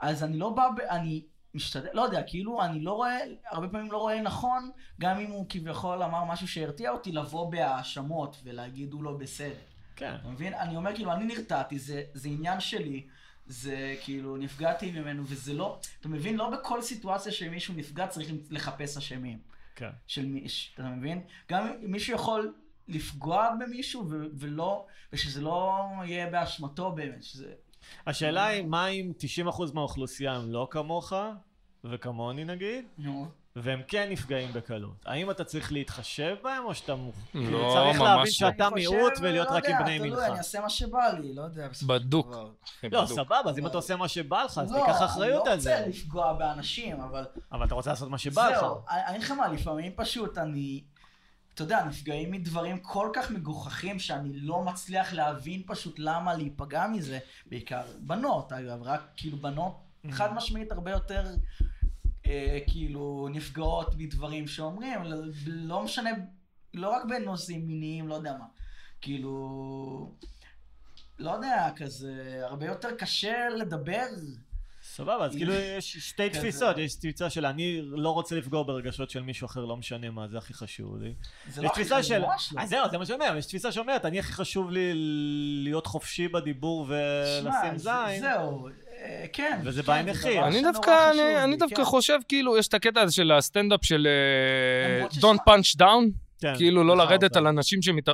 [SPEAKER 1] אז אני לא בא, ב- אני משתדל, לא יודע, כאילו, אני לא רואה, הרבה פעמים לא רואה נכון, גם אם הוא כביכול אמר משהו שהרתיע אותי, לבוא בהאשמות ולהגיד הוא לא בסדר.
[SPEAKER 2] כן.
[SPEAKER 1] אתה מבין? אני אומר, כאילו, אני נרתעתי, זה, זה עניין שלי, זה כאילו, נפגעתי ממנו, וזה לא, אתה מבין? לא בכל סיטואציה שמישהו נפגע צריך לחפש אשמים.
[SPEAKER 2] כן.
[SPEAKER 1] של מישהו, אתה מבין? גם אם מישהו יכול לפגוע במישהו ו- ולא, ושזה לא יהיה באשמתו באמת, שזה...
[SPEAKER 2] השאלה היא, מה אם 90% מהאוכלוסייה הם לא כמוך, וכמוני נגיד,
[SPEAKER 1] נו.
[SPEAKER 2] והם כן נפגעים בקלות. האם אתה צריך להתחשב בהם, או שאתה מוכ...
[SPEAKER 3] לא,
[SPEAKER 2] כאילו, צריך להבין
[SPEAKER 3] ממש
[SPEAKER 2] שאתה
[SPEAKER 1] אני חושב,
[SPEAKER 2] מיעוט ולהיות
[SPEAKER 1] לא
[SPEAKER 2] רק עם
[SPEAKER 1] יודע,
[SPEAKER 2] בני
[SPEAKER 1] תלוי,
[SPEAKER 2] מנחה.
[SPEAKER 1] אני אעשה מה שבא לי, לא יודע. בסופו של
[SPEAKER 3] בדוק.
[SPEAKER 1] דבר.
[SPEAKER 2] לא, סבבה, אז אם אתה עושה מה שבא לך, אז
[SPEAKER 1] לא,
[SPEAKER 2] תיקח אחריות על זה.
[SPEAKER 1] אני לא רוצה לפגוע באנשים, אבל...
[SPEAKER 2] אבל אתה רוצה לעשות מה שבא לך.
[SPEAKER 1] זהו, אני אני אגיד לך מה, לפעמים פשוט אני... אתה יודע, נפגעים מדברים כל כך מגוחכים שאני לא מצליח להבין פשוט למה להיפגע מזה. בעיקר בנות, אגב, רק כאילו בנות
[SPEAKER 2] Mm-hmm.
[SPEAKER 1] חד משמעית הרבה יותר אה, כאילו נפגעות מדברים שאומרים, לא- לא משנה, לא רק בנושאים מיניים, לא יודע מה. כאילו, לא יודע, כזה, הרבה יותר קשה לדבר.
[SPEAKER 2] סבבה, אז כאילו יש שתי
[SPEAKER 1] כזה.
[SPEAKER 2] תפיסות, יש תפיסה של אני לא רוצה לפגוע ברגשות של מישהו אחר, לא משנה מה, זה הכי חשוב לי.
[SPEAKER 1] זה
[SPEAKER 2] יש
[SPEAKER 1] לא
[SPEAKER 2] תפיסה
[SPEAKER 1] הכי- זה
[SPEAKER 2] של...
[SPEAKER 1] ממש לא.
[SPEAKER 2] אז זהו, זה מה שאני אומר, יש תפיסה שאומרת, אני הכי חשוב לי להיות חופשי בדיבור
[SPEAKER 1] שמע,
[SPEAKER 2] ולשים
[SPEAKER 1] זה-
[SPEAKER 2] זין.
[SPEAKER 1] זהו, אה, כן.
[SPEAKER 2] וזה
[SPEAKER 1] כן,
[SPEAKER 2] בעין
[SPEAKER 1] זה
[SPEAKER 2] יחיד.
[SPEAKER 1] דבר
[SPEAKER 3] אני
[SPEAKER 1] שנורא
[SPEAKER 3] דווקא,
[SPEAKER 1] חשוב
[SPEAKER 3] אני,
[SPEAKER 1] לי,
[SPEAKER 3] אני דווקא
[SPEAKER 1] כן.
[SPEAKER 3] חושב, כאילו, יש את הקטע הזה של הסטנדאפ של אה,
[SPEAKER 1] למרות ששמע-
[SPEAKER 3] Don't punch down,
[SPEAKER 2] כן,
[SPEAKER 3] כאילו לא
[SPEAKER 2] בחרת.
[SPEAKER 3] לרדת על אנשים שמת...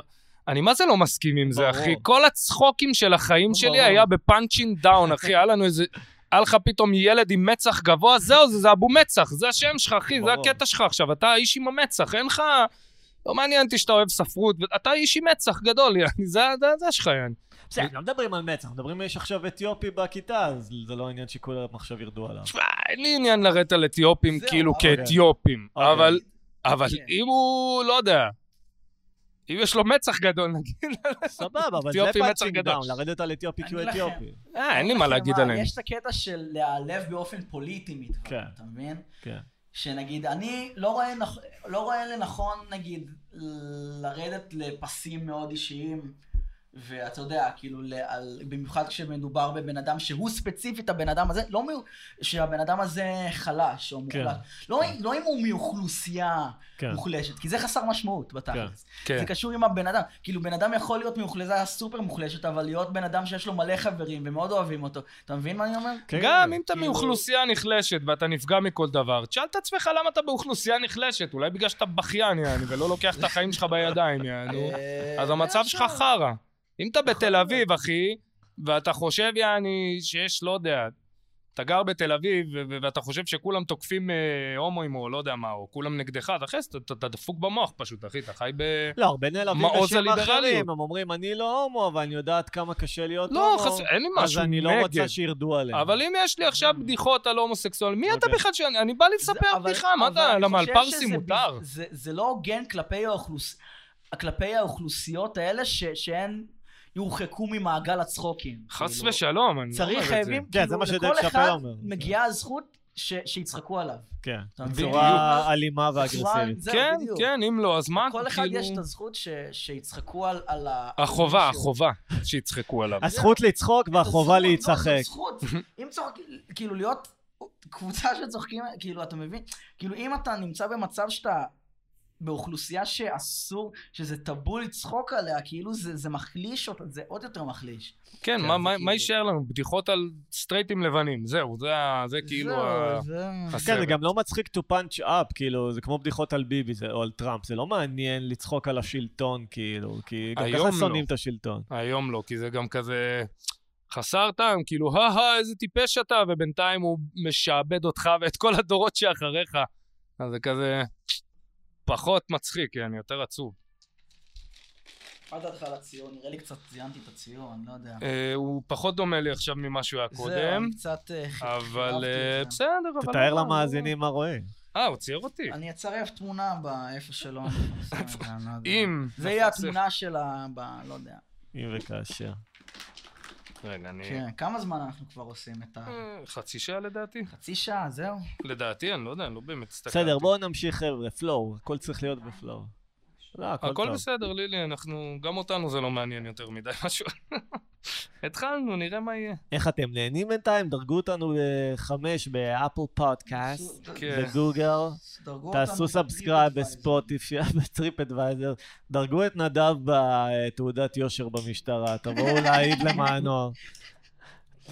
[SPEAKER 3] אני מה זה לא מסכים עם זה,
[SPEAKER 2] ברור.
[SPEAKER 3] אחי? כל הצחוקים של החיים שלי
[SPEAKER 2] ברור.
[SPEAKER 3] היה בפאנצ'ינג דאון, אחי, היה לנו איזה... היה לך פתאום ילד עם מצח גבוה, זהו, זה, זה אבו מצח, זה השם שלך, אחי, זה
[SPEAKER 2] ברור.
[SPEAKER 3] הקטע שלך עכשיו, אתה האיש עם המצח, אין לך... לא מעניין אותי שאתה אוהב ספרות, אתה איש עם מצח גדול, יעני, זה זה- זה שלך, יעני.
[SPEAKER 2] בסדר, לא מדברים על מצח, מדברים יש עכשיו אתיופי בכיתה, אז זה לא עניין שכולם עכשיו ירדו עליו.
[SPEAKER 3] תשמע, אין לי עניין לרדת על אתיופים,
[SPEAKER 1] זהו,
[SPEAKER 3] כאילו,
[SPEAKER 1] אוקיי.
[SPEAKER 3] כאתיופים,
[SPEAKER 2] אוקיי.
[SPEAKER 3] אבל אבל
[SPEAKER 1] כן.
[SPEAKER 3] אם הוא, לא יודע, אם יש לו מצח גדול, נגיד,
[SPEAKER 2] סבבה, אבל זה
[SPEAKER 3] אתיופי מצח
[SPEAKER 2] פאצ'ינג
[SPEAKER 3] גדול.
[SPEAKER 2] דאון, לרדת על אתיופי כי הוא
[SPEAKER 1] אני לכם.
[SPEAKER 2] אתיופי.
[SPEAKER 3] אה, אין לי מה להגיד
[SPEAKER 1] כלומר,
[SPEAKER 3] עליהם.
[SPEAKER 1] יש את הקטע של להיעלב באופן פוליטי מדברים,
[SPEAKER 2] כן.
[SPEAKER 1] אתה מבין?
[SPEAKER 2] כן.
[SPEAKER 1] שנגיד, אני לא רואה, נכ... לא רואה לנכון, נגיד, לרדת לפסים מאוד אישיים, ואתה יודע, כאילו, ל... על... במיוחד כשמדובר בבן אדם שהוא ספציפית הבן אדם הזה, לא מ... שהבן אדם הזה חלש או
[SPEAKER 2] כן.
[SPEAKER 1] מוחלש. לא, לא אם הוא מאוכלוסייה
[SPEAKER 2] כן.
[SPEAKER 1] מוחלשת, כי זה חסר משמעות בתכלס.
[SPEAKER 3] כן.
[SPEAKER 1] זה קשור עם הבן אדם. כאילו, בן אדם יכול להיות מאוכלסה סופר מוחלשת, אבל להיות בן אדם שיש לו מלא חברים ומאוד אוהבים אותו. אתה מבין מה אני אומר?
[SPEAKER 2] כן,
[SPEAKER 3] גם אם אתה
[SPEAKER 2] כאילו-
[SPEAKER 3] מאוכלוסייה נחלשת ואתה נפגע מכל דבר, תשאל את עצמך למה אתה באוכלוסייה נחלשת, אולי בגלל שאתה בכיין, יעני, ולא לוקח את החיים שלך בידיים, יענו.
[SPEAKER 1] אה,
[SPEAKER 3] אז המצב
[SPEAKER 1] זה
[SPEAKER 3] שלך
[SPEAKER 1] עכשיו. נכון.
[SPEAKER 3] חרא. אם אתה בתל אביב, אחי, ואתה חושב, יעני, שיש, לא יודע, אתה גר בתל אביב, ו- ו- ואתה חושב שכולם תוקפים אה, הומואים, או לא יודע מה, או כולם נגדך, אז אחי, אתה- אתה- אתה דפוק במוח פשוט, אחי, אתה חי ב...
[SPEAKER 2] לא, הרבה נעלבים
[SPEAKER 3] מעוז
[SPEAKER 2] בשם
[SPEAKER 3] הליברליות.
[SPEAKER 2] אחרים, הם אומרים, אני לא הומו, אבל אני יודעת כמה קשה להיות
[SPEAKER 3] לא,
[SPEAKER 2] הומו,
[SPEAKER 3] חס... אין לי
[SPEAKER 2] אז
[SPEAKER 3] משהו
[SPEAKER 2] אני לא
[SPEAKER 3] נגד.
[SPEAKER 2] רוצה שירדו עליהם.
[SPEAKER 3] אבל אם יש לי עכשיו בדיחות על הומוסקסואל, מי אתה
[SPEAKER 2] אוקיי.
[SPEAKER 3] בכלל שאני... אני בא
[SPEAKER 1] Mm. זה-
[SPEAKER 3] לספר
[SPEAKER 1] אבל-
[SPEAKER 3] בדיחה, מה
[SPEAKER 1] אבל
[SPEAKER 3] אתה...
[SPEAKER 1] אני
[SPEAKER 3] למה, על
[SPEAKER 1] חושב
[SPEAKER 3] פרסי
[SPEAKER 1] שזה
[SPEAKER 3] מותר?
[SPEAKER 1] ב- זה- זה לא הוגן כלפי האוכלוס- כלפי האוכלוסיות האלה ש- שהן יורחקו ממעגל הצחוקים.
[SPEAKER 3] חס
[SPEAKER 1] כאילו,
[SPEAKER 3] ושלום, אני לא אומר את
[SPEAKER 1] צריך,
[SPEAKER 3] זה.
[SPEAKER 1] חייבים,
[SPEAKER 2] כן, זה
[SPEAKER 1] כאילו,
[SPEAKER 2] מה שדייב
[SPEAKER 1] לכל
[SPEAKER 2] שאפל
[SPEAKER 1] אחד
[SPEAKER 2] אומר.
[SPEAKER 1] מגיעה הזכות ש- שיצחקו עליו.
[SPEAKER 2] כן,
[SPEAKER 1] אתה מבין?
[SPEAKER 2] בצורה אלימה
[SPEAKER 1] בצורה-
[SPEAKER 2] ואגרסיבית.
[SPEAKER 1] זהו,
[SPEAKER 3] כן,
[SPEAKER 1] בדיוק.
[SPEAKER 3] כן, אם לא, אז מה,
[SPEAKER 1] כל אחד
[SPEAKER 3] כאילו...
[SPEAKER 1] יש את הזכות ש- שיצחקו על- על ה...
[SPEAKER 3] החובה,
[SPEAKER 1] מישהו.
[SPEAKER 3] החובה, שיצחקו עליו.
[SPEAKER 2] הזכות לצחוק והחובה
[SPEAKER 1] זכות,
[SPEAKER 2] להיצחק.
[SPEAKER 1] לא, זו זכות. אם צוחק, כאילו להיות קבוצה שצוחקים, כאילו, אתה מבין? כאילו, אם אתה נמצא במצב שאתה באוכלוסייה שאסור, שזה טאבו לצחוק עליה, כאילו זה, זה מחליש אותה, זה עוד יותר מחליש.
[SPEAKER 3] כן,
[SPEAKER 1] כן,
[SPEAKER 3] מה-
[SPEAKER 1] זה
[SPEAKER 3] מה-
[SPEAKER 1] כאילו-
[SPEAKER 3] מה יישאר לנו? בדיחות על סטרייטים לבנים, זהו, זה ה- זה כאילו ה-
[SPEAKER 1] זהו, זה...
[SPEAKER 2] כן, זה
[SPEAKER 3] הסרט.
[SPEAKER 2] גם לא מצחיק to punch up, כאילו, זה כמו בדיחות על ביבי זה- או על טראמפ, זה לא מעניין לצחוק על השלטון, כאילו, כי גם
[SPEAKER 3] היום
[SPEAKER 2] ככה
[SPEAKER 3] לא.
[SPEAKER 2] שונאים את השלטון.
[SPEAKER 3] היום לא, כי זה גם כזה חסר טעם, כאילו, הא איזה טיפש אתה, ובינתיים הוא משעבד אותך ואת כל הדורות שאחריך. אז זה כזה פחות מצחיק, אני יותר עצוב.
[SPEAKER 1] מה דעתך על הציון? נראה לי קצת ציינתי את הציון, לא יודע.
[SPEAKER 3] אה, הוא פחות דומה לי עכשיו ממה שהוא היה
[SPEAKER 1] זהו,
[SPEAKER 3] קודם,
[SPEAKER 1] אני קצת... אה, ח-
[SPEAKER 3] אבל
[SPEAKER 1] חירבתי
[SPEAKER 3] אה,
[SPEAKER 1] את זה.
[SPEAKER 3] בסדר, אבל...
[SPEAKER 2] תתאר
[SPEAKER 3] לא,
[SPEAKER 2] למאזינים מה רואה.
[SPEAKER 3] אה, הוא צייר אותי.
[SPEAKER 1] אני אצרף תמונה באיפה שלא... נפרסם את זה, אני לא יודע.
[SPEAKER 3] אם...
[SPEAKER 1] זה יהיה התמונה של ה... ב- לא יודע.
[SPEAKER 2] אם וכאשר.
[SPEAKER 3] רגע, אני...
[SPEAKER 1] כן, כמה זמן אנחנו כבר עושים את ה...
[SPEAKER 3] אה, חצי שעה לדעתי?
[SPEAKER 1] חצי שעה, זהו.
[SPEAKER 3] לדעתי, אני לא יודע, אני לא באמת הסתכלתי.
[SPEAKER 2] בסדר, בואו נמשיך, חבר'ה, פלואו, הכל צריך להיות בפלואו. לא, הכל
[SPEAKER 3] הכל
[SPEAKER 2] טוב.
[SPEAKER 3] בסדר, לילי, אנחנו... גם אותנו זה לא מעניין יותר מדי משהו. התחלנו, נראה מה יהיה.
[SPEAKER 2] איך אתם נהנים בינתיים? דרגו אותנו בחמש באפל פודקאסט,
[SPEAKER 3] כן.
[SPEAKER 2] בגוגל.
[SPEAKER 1] דרגו
[SPEAKER 2] תעשו
[SPEAKER 1] אותנו
[SPEAKER 2] סאבסקרייב
[SPEAKER 1] ב-TripAdvisor.
[SPEAKER 2] בספוטיפיי, בטריפ אדוויזר, דרגו את נדב בתעודת יושר במשטרה, תבואו להעיד למענו.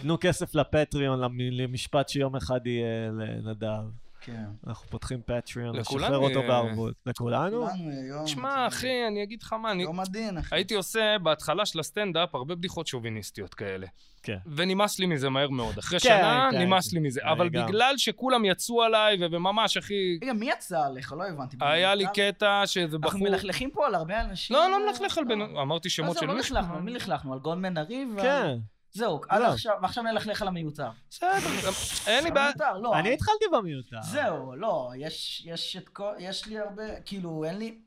[SPEAKER 2] תנו כסף לפטריון, למ- למשפט שיום אחד יהיה לנדב.
[SPEAKER 1] כן.
[SPEAKER 2] אנחנו פותחים פטריון,
[SPEAKER 3] לכולנו
[SPEAKER 2] נשחרר אותו
[SPEAKER 3] יהיה-
[SPEAKER 2] בערבות. לכולנו?
[SPEAKER 1] לנו אה, יום.
[SPEAKER 3] תשמע, אחי, אני אגיד לך מה, אני
[SPEAKER 1] יום הדין, אחי.
[SPEAKER 3] הייתי עושה בהתחלה של הסטנדאפ הרבה בדיחות שוביניסטיות כאלה.
[SPEAKER 2] כן.
[SPEAKER 3] ונמאס לי מזה מהר מאוד. אחרי
[SPEAKER 2] כן,
[SPEAKER 3] שנה,
[SPEAKER 2] כן,
[SPEAKER 3] נמאס
[SPEAKER 2] כן.
[SPEAKER 3] לי מזה.
[SPEAKER 2] אני
[SPEAKER 3] אבל
[SPEAKER 2] גם.
[SPEAKER 3] בגלל שכולם יצאו עליי, ו- וממש, אחי,
[SPEAKER 1] רגע, מי יצא עליך? לא הבנתי.
[SPEAKER 3] היה לי
[SPEAKER 1] אתה-
[SPEAKER 3] קטע שזה בחור...
[SPEAKER 1] אנחנו מלכלכים פה על הרבה אנשים.
[SPEAKER 3] לא, לא מלכלך על בן...
[SPEAKER 1] לא.
[SPEAKER 3] אמרתי שמות
[SPEAKER 1] עזוב,
[SPEAKER 3] של
[SPEAKER 1] לא
[SPEAKER 3] מישהו.
[SPEAKER 1] לכלכנו, על מי לכלכנו? על גולדמן ארי? ועל-
[SPEAKER 2] כן.
[SPEAKER 1] זהו, עד
[SPEAKER 2] לא.
[SPEAKER 1] עכשיו, ועכשיו נלכלך על המיותר.
[SPEAKER 3] בסדר, אין לי בעיה.
[SPEAKER 1] המיותר, לא.
[SPEAKER 2] אני התחלתי במיותר.
[SPEAKER 1] זהו, לא, יש, יש את כל, יש לי הרבה, כאילו, אין לי,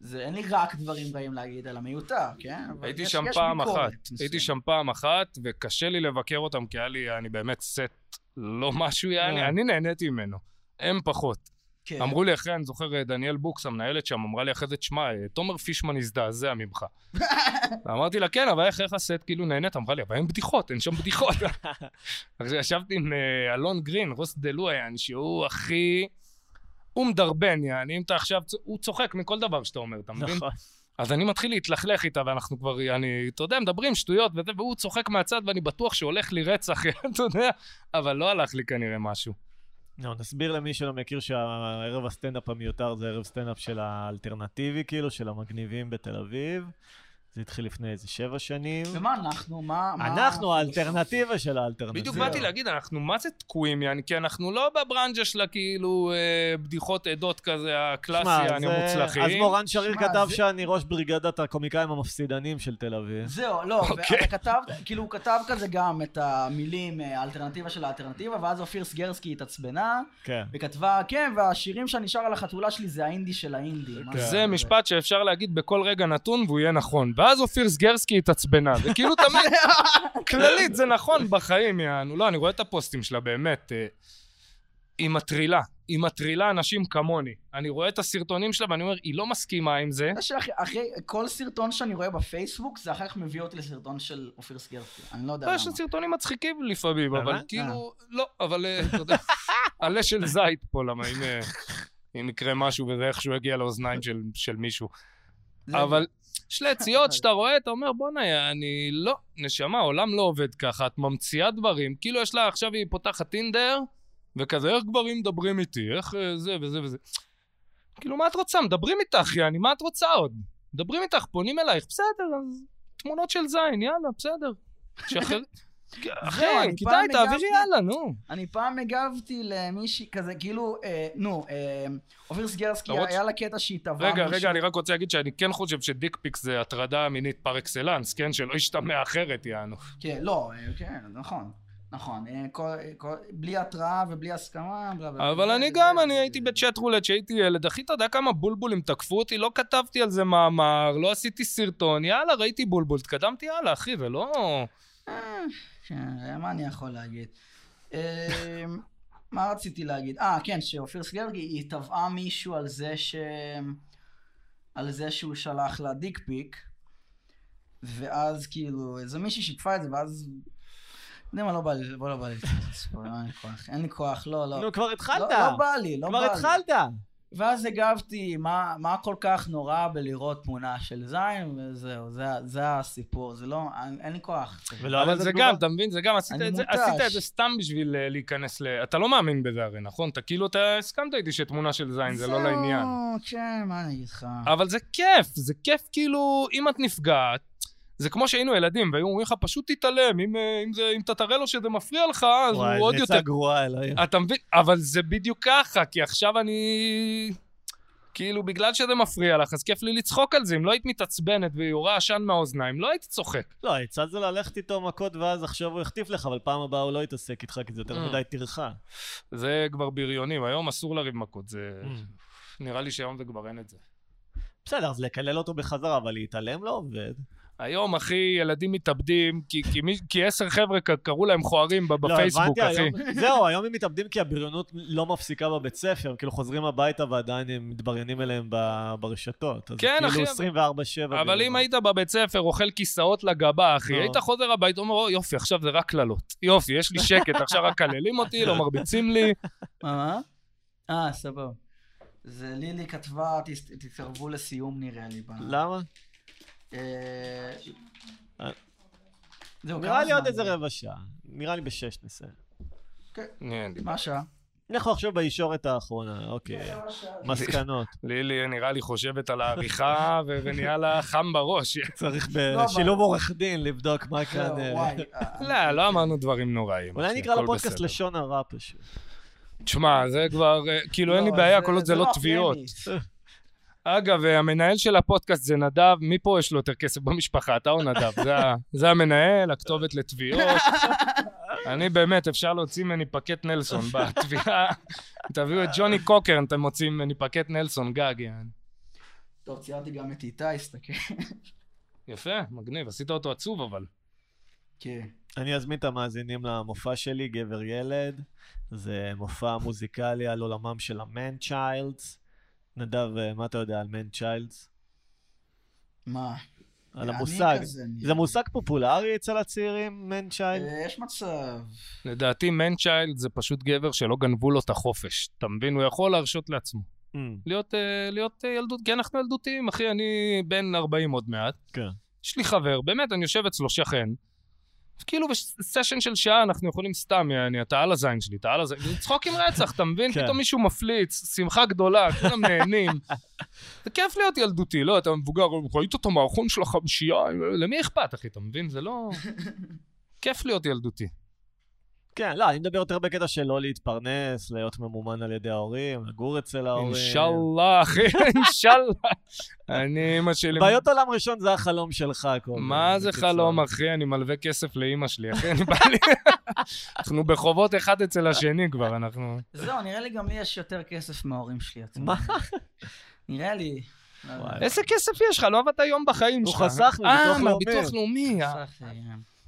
[SPEAKER 1] זה, אין לי רק דברים רעים להגיד על המיותר, כן? אבל
[SPEAKER 3] הייתי
[SPEAKER 1] יש-
[SPEAKER 3] שם
[SPEAKER 1] יש
[SPEAKER 3] פעם
[SPEAKER 1] ביקורת
[SPEAKER 3] אחת.
[SPEAKER 1] מסוימת.
[SPEAKER 3] הייתי שם פעם אחת, וקשה לי לבקר אותם, כי היה לי, אני באמת סט לא משהו,
[SPEAKER 2] כן.
[SPEAKER 3] יעני, אני נהניתי ממנו. הם פחות.
[SPEAKER 1] כן.
[SPEAKER 3] אמרו לי אחרי, אני זוכר, אה, דניאל בוקס, המנהלת שם, אמרה לי אחרי זה, תשמע, אה, תומר פישמן הזדעזע ממך. אמרתי לה, כן, אבל איך, איך הסט כאילו נהנית? אמרה לי, אבל אין בדיחות, אין שם בדיחות. אז ישבתי עם אה, אלון גרין, רוס דה לואיין, שהוא הכי... הוא מדרבן, יעני, אם אתה עכשיו... צ- הוא צוחק מכל דבר שאתה אומר, אתה מבין?
[SPEAKER 2] נכון.
[SPEAKER 3] אז אני מתחיל להתלכלך איתה, ואנחנו כבר, אני, אתה יודע, מדברים שטויות וזה, והוא צוחק מהצד, ואני בטוח שהולך לי רצח, אתה יודע, אבל לא הלך לי כנראה משהו.
[SPEAKER 2] נו, נסביר למי שלא מכיר שהערב הסטנדאפ המיותר זה ערב סטנדאפ של האלטרנטיבי, כאילו, של המגניבים בתל אביב. זה התחיל לפני איזה שבע שנים.
[SPEAKER 1] ומה אנחנו, מה... מה-
[SPEAKER 2] אנחנו האלטרנטיבה של האלטרנטיבה.
[SPEAKER 3] בדיוק
[SPEAKER 1] זהו.
[SPEAKER 3] באתי להגיד, אנחנו מה זה תקועים, יעני, כי אנחנו לא בברנז'ה של הכאילו אה, בדיחות עדות כזה,
[SPEAKER 2] שמע,
[SPEAKER 3] הקלאסי, אני
[SPEAKER 2] זה-
[SPEAKER 3] המוצלחים.
[SPEAKER 2] אז מורן שריר
[SPEAKER 1] שמע,
[SPEAKER 2] כתב
[SPEAKER 1] זה-
[SPEAKER 2] שאני ראש בריגדת הקומיקאים המפסידנים של תל אביב.
[SPEAKER 1] זהו, לא,
[SPEAKER 3] אוקיי.
[SPEAKER 1] ואתה כתב, כאילו, הוא כתב כזה גם את המילים, אה, האלטרנטיבה של האלטרנטיבה, ואז אופיר סגרסקי התעצבנה,
[SPEAKER 2] כן.
[SPEAKER 1] וכתבה, כן, והשירים שנשאר על החתולה שלי זה האינדי של האינדי.
[SPEAKER 2] כן,
[SPEAKER 1] מה
[SPEAKER 3] כן, זה משפט שאפשר להגיד בכל רגע נתון והוא יהיה נכון. ואז אופיר סגרסקי התעצבנה, זה כאילו תמיד, כללית, זה נכון בחיים, יענו. לא, אני רואה את הפוסטים שלה, באמת. אה, היא מטרילה, היא מטרילה אנשים כמוני. אני רואה את הסרטונים שלה ואני אומר, היא לא מסכימה עם זה.
[SPEAKER 1] אתה יודע שאחרי אחרי כל סרטון שאני רואה בפייסבוק, זה אחר כך מביא אותי לסרטון של אופיר סגרסקי. אני לא יודע
[SPEAKER 3] לא,
[SPEAKER 1] למה.
[SPEAKER 3] יש לה סרטונים מצחיקים לפעמים, אבל
[SPEAKER 2] באמת?
[SPEAKER 3] כאילו, לא, אבל אה, אתה יודע, עלה של זית פה, למה אם... אה, אם יקרה משהו וזה איכשהו יגיע לאוזניים של, של מישהו.
[SPEAKER 1] זה-
[SPEAKER 3] אבל יש ליציאות שאתה רואה, אתה אומר, בואנה, אני לא, נשמה, העולם לא עובד ככה, את ממציאה דברים. כאילו יש לה, עכשיו היא פותחת טינדר, וכזה, איך גברים מדברים איתי, איך אה, זה וזה וזה. כאילו, מה את רוצה? מדברים איתך, יעני, מה את רוצה עוד? מדברים איתך, פונים אלייך, בסדר, אז תמונות של זין, יאללה, בסדר. שחרר... אחי,
[SPEAKER 1] אני פעם
[SPEAKER 3] כדאי, תעבירי
[SPEAKER 1] הגבתי-
[SPEAKER 3] יאללה, נו.
[SPEAKER 1] אני פעם הגבתי למישהי כזה, כאילו, אה, נו, אה, אופיר סגרסקי,
[SPEAKER 3] למרות ש-
[SPEAKER 1] היה לה קטע שהיא טבעה
[SPEAKER 3] רגע,
[SPEAKER 1] מישהו.
[SPEAKER 3] רגע, אני רק רוצה להגיד שאני כן חושב שדיקפיקס זה הטרדה מינית פר אקסלנס, כן? שלא ישתמע אחרת, יענו.
[SPEAKER 1] כן, לא, אה, כן, נכון. נכון, אה, כל- כל- בלי התראה ובלי הסכמה, בלה בלה.
[SPEAKER 3] אבל
[SPEAKER 1] בלה,
[SPEAKER 3] אני
[SPEAKER 1] זה-
[SPEAKER 3] גם,
[SPEAKER 1] זה-
[SPEAKER 3] אני
[SPEAKER 1] זה-
[SPEAKER 3] הייתי בצ'אט רולט כשהייתי ילד, אחי, אתה יודע כמה בולבולים תקפו אותי? לא כתבתי על זה מאמר, לא עשיתי סרטון, יאללה, ראיתי בולבול, התקדמתי יאללה, אחי, זה לא...
[SPEAKER 1] אה, כן, מה אני יכול להגיד? אה, מה רציתי להגיד? אה, כן, שאופיר סגרגי, היא תבעה מישהו על זה ש... על זה שהוא שלח לה דיק פיק, ואז כאילו, איזה מישהי שיתפה את זה, ואז... אתה יודע מה, לא בא לי, בוא לא בא לי, אין לי כוח, אין לי כוח, לא, לא.
[SPEAKER 2] נו, כבר
[SPEAKER 1] לא,
[SPEAKER 2] התחלת.
[SPEAKER 1] לא בא לי, לא בא
[SPEAKER 2] כבר
[SPEAKER 1] לי.
[SPEAKER 2] התחלת.
[SPEAKER 1] ואז הגבתי, מה, מה כל כך נורא בלראות תמונה של זין, וזהו, זה, זה הסיפור, זה לא, אין, אין לי כוח.
[SPEAKER 2] ולא
[SPEAKER 3] אבל
[SPEAKER 2] היה לזה
[SPEAKER 3] זה
[SPEAKER 2] תגובה.
[SPEAKER 3] גם, אתה מבין? זה גם, עשית
[SPEAKER 1] אני
[SPEAKER 3] את זה-
[SPEAKER 1] מותש.
[SPEAKER 3] עשית את זה סתם בשביל אה, להיכנס ל... אתה לא מאמין בזה הרי, נכון? אתה כאילו, אתה הסכמת איתי שתמונה של זין זה לא לעניין.
[SPEAKER 1] זהו, כן, מה אני אגיד לך?
[SPEAKER 3] אבל זה כיף, זה כיף כאילו, אם את נפגעת, זה כמו שהיינו ילדים, והיו אומרים לך, פשוט תתעלם, אם, אה, אם, זה- אם אתה תראה לו שזה מפריע לך, אז הוא
[SPEAKER 2] וואי,
[SPEAKER 3] עוד
[SPEAKER 2] זה
[SPEAKER 3] יותר...
[SPEAKER 2] עצה גרועה, אלוהים.
[SPEAKER 3] אתה מבין? אבל זה בדיוק ככה, כי עכשיו אני... כאילו, בגלל שזה מפריע לך, אז כיף לי לצחוק על זה. אם לא היית מתעצבנת ויורה עשן מהאוזניים, לא הייתי צוחק.
[SPEAKER 2] לא, העצה זה ללכת איתו מכות ואז עכשיו הוא יחטיף לך, אבל פעם הבאה הוא לא יתעסק איתך, כי זה יותר
[SPEAKER 3] Mm.
[SPEAKER 2] מדי טרחה.
[SPEAKER 3] זה כבר בריונים, היום אסור לריב מכות. זה...
[SPEAKER 2] Mm.
[SPEAKER 3] נראה לי שהיום זה כבר אין את זה.
[SPEAKER 2] בסדר, אז לקלל אותו בחזרה, אבל להתעלם לא עובד.
[SPEAKER 3] היום, אחי, ילדים מתאבדים, כי, כי, מי- כי עשר חבר'ה ק- קראו להם מכוערים ב- בפייסבוק,
[SPEAKER 2] לא, הבנתי,
[SPEAKER 3] אחי.
[SPEAKER 2] היום- זהו, היום הם מתאבדים כי הבריונות לא מפסיקה בבית ספר, הם כאילו חוזרים הביתה ועדיין הם מתבריינים אליהם ב- ברשתות. אז
[SPEAKER 3] כן,
[SPEAKER 2] כאילו
[SPEAKER 3] אחי, אבל-
[SPEAKER 2] 24-7.
[SPEAKER 3] אבל אם
[SPEAKER 2] בריונות.
[SPEAKER 3] היית בבית ספר אוכל כיסאות לגבה, אחי,
[SPEAKER 2] לא.
[SPEAKER 3] היית חוזר הביתה, אומר, "או, יופי, עכשיו זה רק קללות. יופי, יש לי שקט, עכשיו רק קללים אותי, לא מרביצים לי.
[SPEAKER 1] מה, מה? אה, סבבה. זה לילי כתבה, "תס- תתקרבו לסיום נראה לי. ב-
[SPEAKER 2] למה?
[SPEAKER 1] אה,
[SPEAKER 2] אה.
[SPEAKER 1] זהו,
[SPEAKER 2] נראה
[SPEAKER 1] כמה
[SPEAKER 3] לא
[SPEAKER 2] לי עוד
[SPEAKER 1] זמן?
[SPEAKER 2] איזה רבע לא, שעה. נראה לי בשש נסיים.
[SPEAKER 1] כן.
[SPEAKER 3] אין לי
[SPEAKER 1] מה השעה?
[SPEAKER 2] לכו עכשיו בישורת האחרונה, אוקיי. מסקנות.
[SPEAKER 3] לילי נראה לי חושבת על העריכה, ו- ונהיה לה חם בראש.
[SPEAKER 2] צריך
[SPEAKER 1] אבל-
[SPEAKER 2] בשילוב עורך דין לבדוק מה כאן...
[SPEAKER 1] לא,
[SPEAKER 2] אה,
[SPEAKER 1] וואי.
[SPEAKER 3] לא, לא אמרנו דברים נוראים.
[SPEAKER 2] אולי
[SPEAKER 3] אחי,
[SPEAKER 2] נקרא
[SPEAKER 3] אוקיי, הכל
[SPEAKER 2] לפודקאסט
[SPEAKER 3] בסדר.
[SPEAKER 2] לשון הרע פשוט.
[SPEAKER 3] תשמע, זה כבר, אה, כאילו אין לי
[SPEAKER 1] לא,
[SPEAKER 3] בעיה, כל עוד זה לא
[SPEAKER 1] מאפיין
[SPEAKER 3] תביעות.
[SPEAKER 1] לי.
[SPEAKER 3] אגב, אה, המנהל של הפודקאסט זה נדב, מפה יש לו יותר כסף במשפחה, אתה או נדב? זה ה- זה המנהל, הכתובת לתביעות. אני באמת, אפשר להוציא ממני פקט נלסון בתביעה. תביאו את ג'וני קוקרן, אתם מוציאים ממני פקט נלסון, גג, יעני.
[SPEAKER 1] טוב, ציינתי גם את איתי, הסתכל.
[SPEAKER 3] יפה, מגניב, עשית אותו עצוב אבל.
[SPEAKER 1] כן.
[SPEAKER 2] אני אזמין את המאזינים למופע שלי, גבר ילד. זה מופע מוזיקלי על עולמם של המן צ'יילדס. נדב, אה, מה אתה יודע על מן צ'יילדס?
[SPEAKER 1] מה?
[SPEAKER 2] על
[SPEAKER 1] אני
[SPEAKER 2] המושג.
[SPEAKER 1] כזה נראה.
[SPEAKER 2] זה מושג פופולרי אצל הצעירים, מן צ'יילד?
[SPEAKER 1] אה, יש מצב.
[SPEAKER 3] לדעתי, מנצ'יילד זה פשוט גבר שלא גנבו לו את החופש. אתה מבין? הוא יכול להרשות לעצמו.
[SPEAKER 2] Mm.
[SPEAKER 3] להיות, אה, להיות אה, ילדות, כי אנחנו ילדותיים, אחי, אני בן 40 עוד מעט.
[SPEAKER 2] כן.
[SPEAKER 3] יש לי חבר, באמת, אני יושב אצלו שכן. כאילו בסשן של שעה אנחנו יכולים סתם, יעני, אתה על הזין שלי, אתה על הזין, זה צחוקים רצח, אתה מבין?
[SPEAKER 2] כן.
[SPEAKER 3] פתאום מישהו מפליץ, שמחה גדולה, כולם נהנים. זה כיף להיות ילדותי, לא, אתה מבוגר, ראית את המערכון של החמשייה, למי אכפת, אחי, אתה מבין? זה לא... כיף להיות ילדותי.
[SPEAKER 2] כן, לא, אני מדבר יותר בקטע של לא להתפרנס, להיות ממומן על ידי ההורים, לגור אצל
[SPEAKER 3] אה,
[SPEAKER 2] ההורים.
[SPEAKER 3] אינשאללה, אחי, אינשאללה. אני, אמא שלי...
[SPEAKER 2] בעיות עולם ראשון זה החלום שלך, קובי.
[SPEAKER 3] מה זה
[SPEAKER 2] בקיצור.
[SPEAKER 3] חלום, אחי? אני מלווה כסף לאימא שלי, אחי, אני בא לי... אנחנו בחובות אחד אצל השני כבר, אנחנו...
[SPEAKER 1] זהו, נראה לי גם לי יש יותר כסף מההורים שלי עצמם.
[SPEAKER 2] מה?
[SPEAKER 1] נראה לי. לא יודע.
[SPEAKER 2] וואי.
[SPEAKER 3] איזה כסף יש לך? לא עבדת יום בחיים
[SPEAKER 2] הוא
[SPEAKER 3] שלך.
[SPEAKER 2] חסך מביטוח לאומי.
[SPEAKER 3] אה, מהביטוח לאומי. אה.
[SPEAKER 1] סך, אה,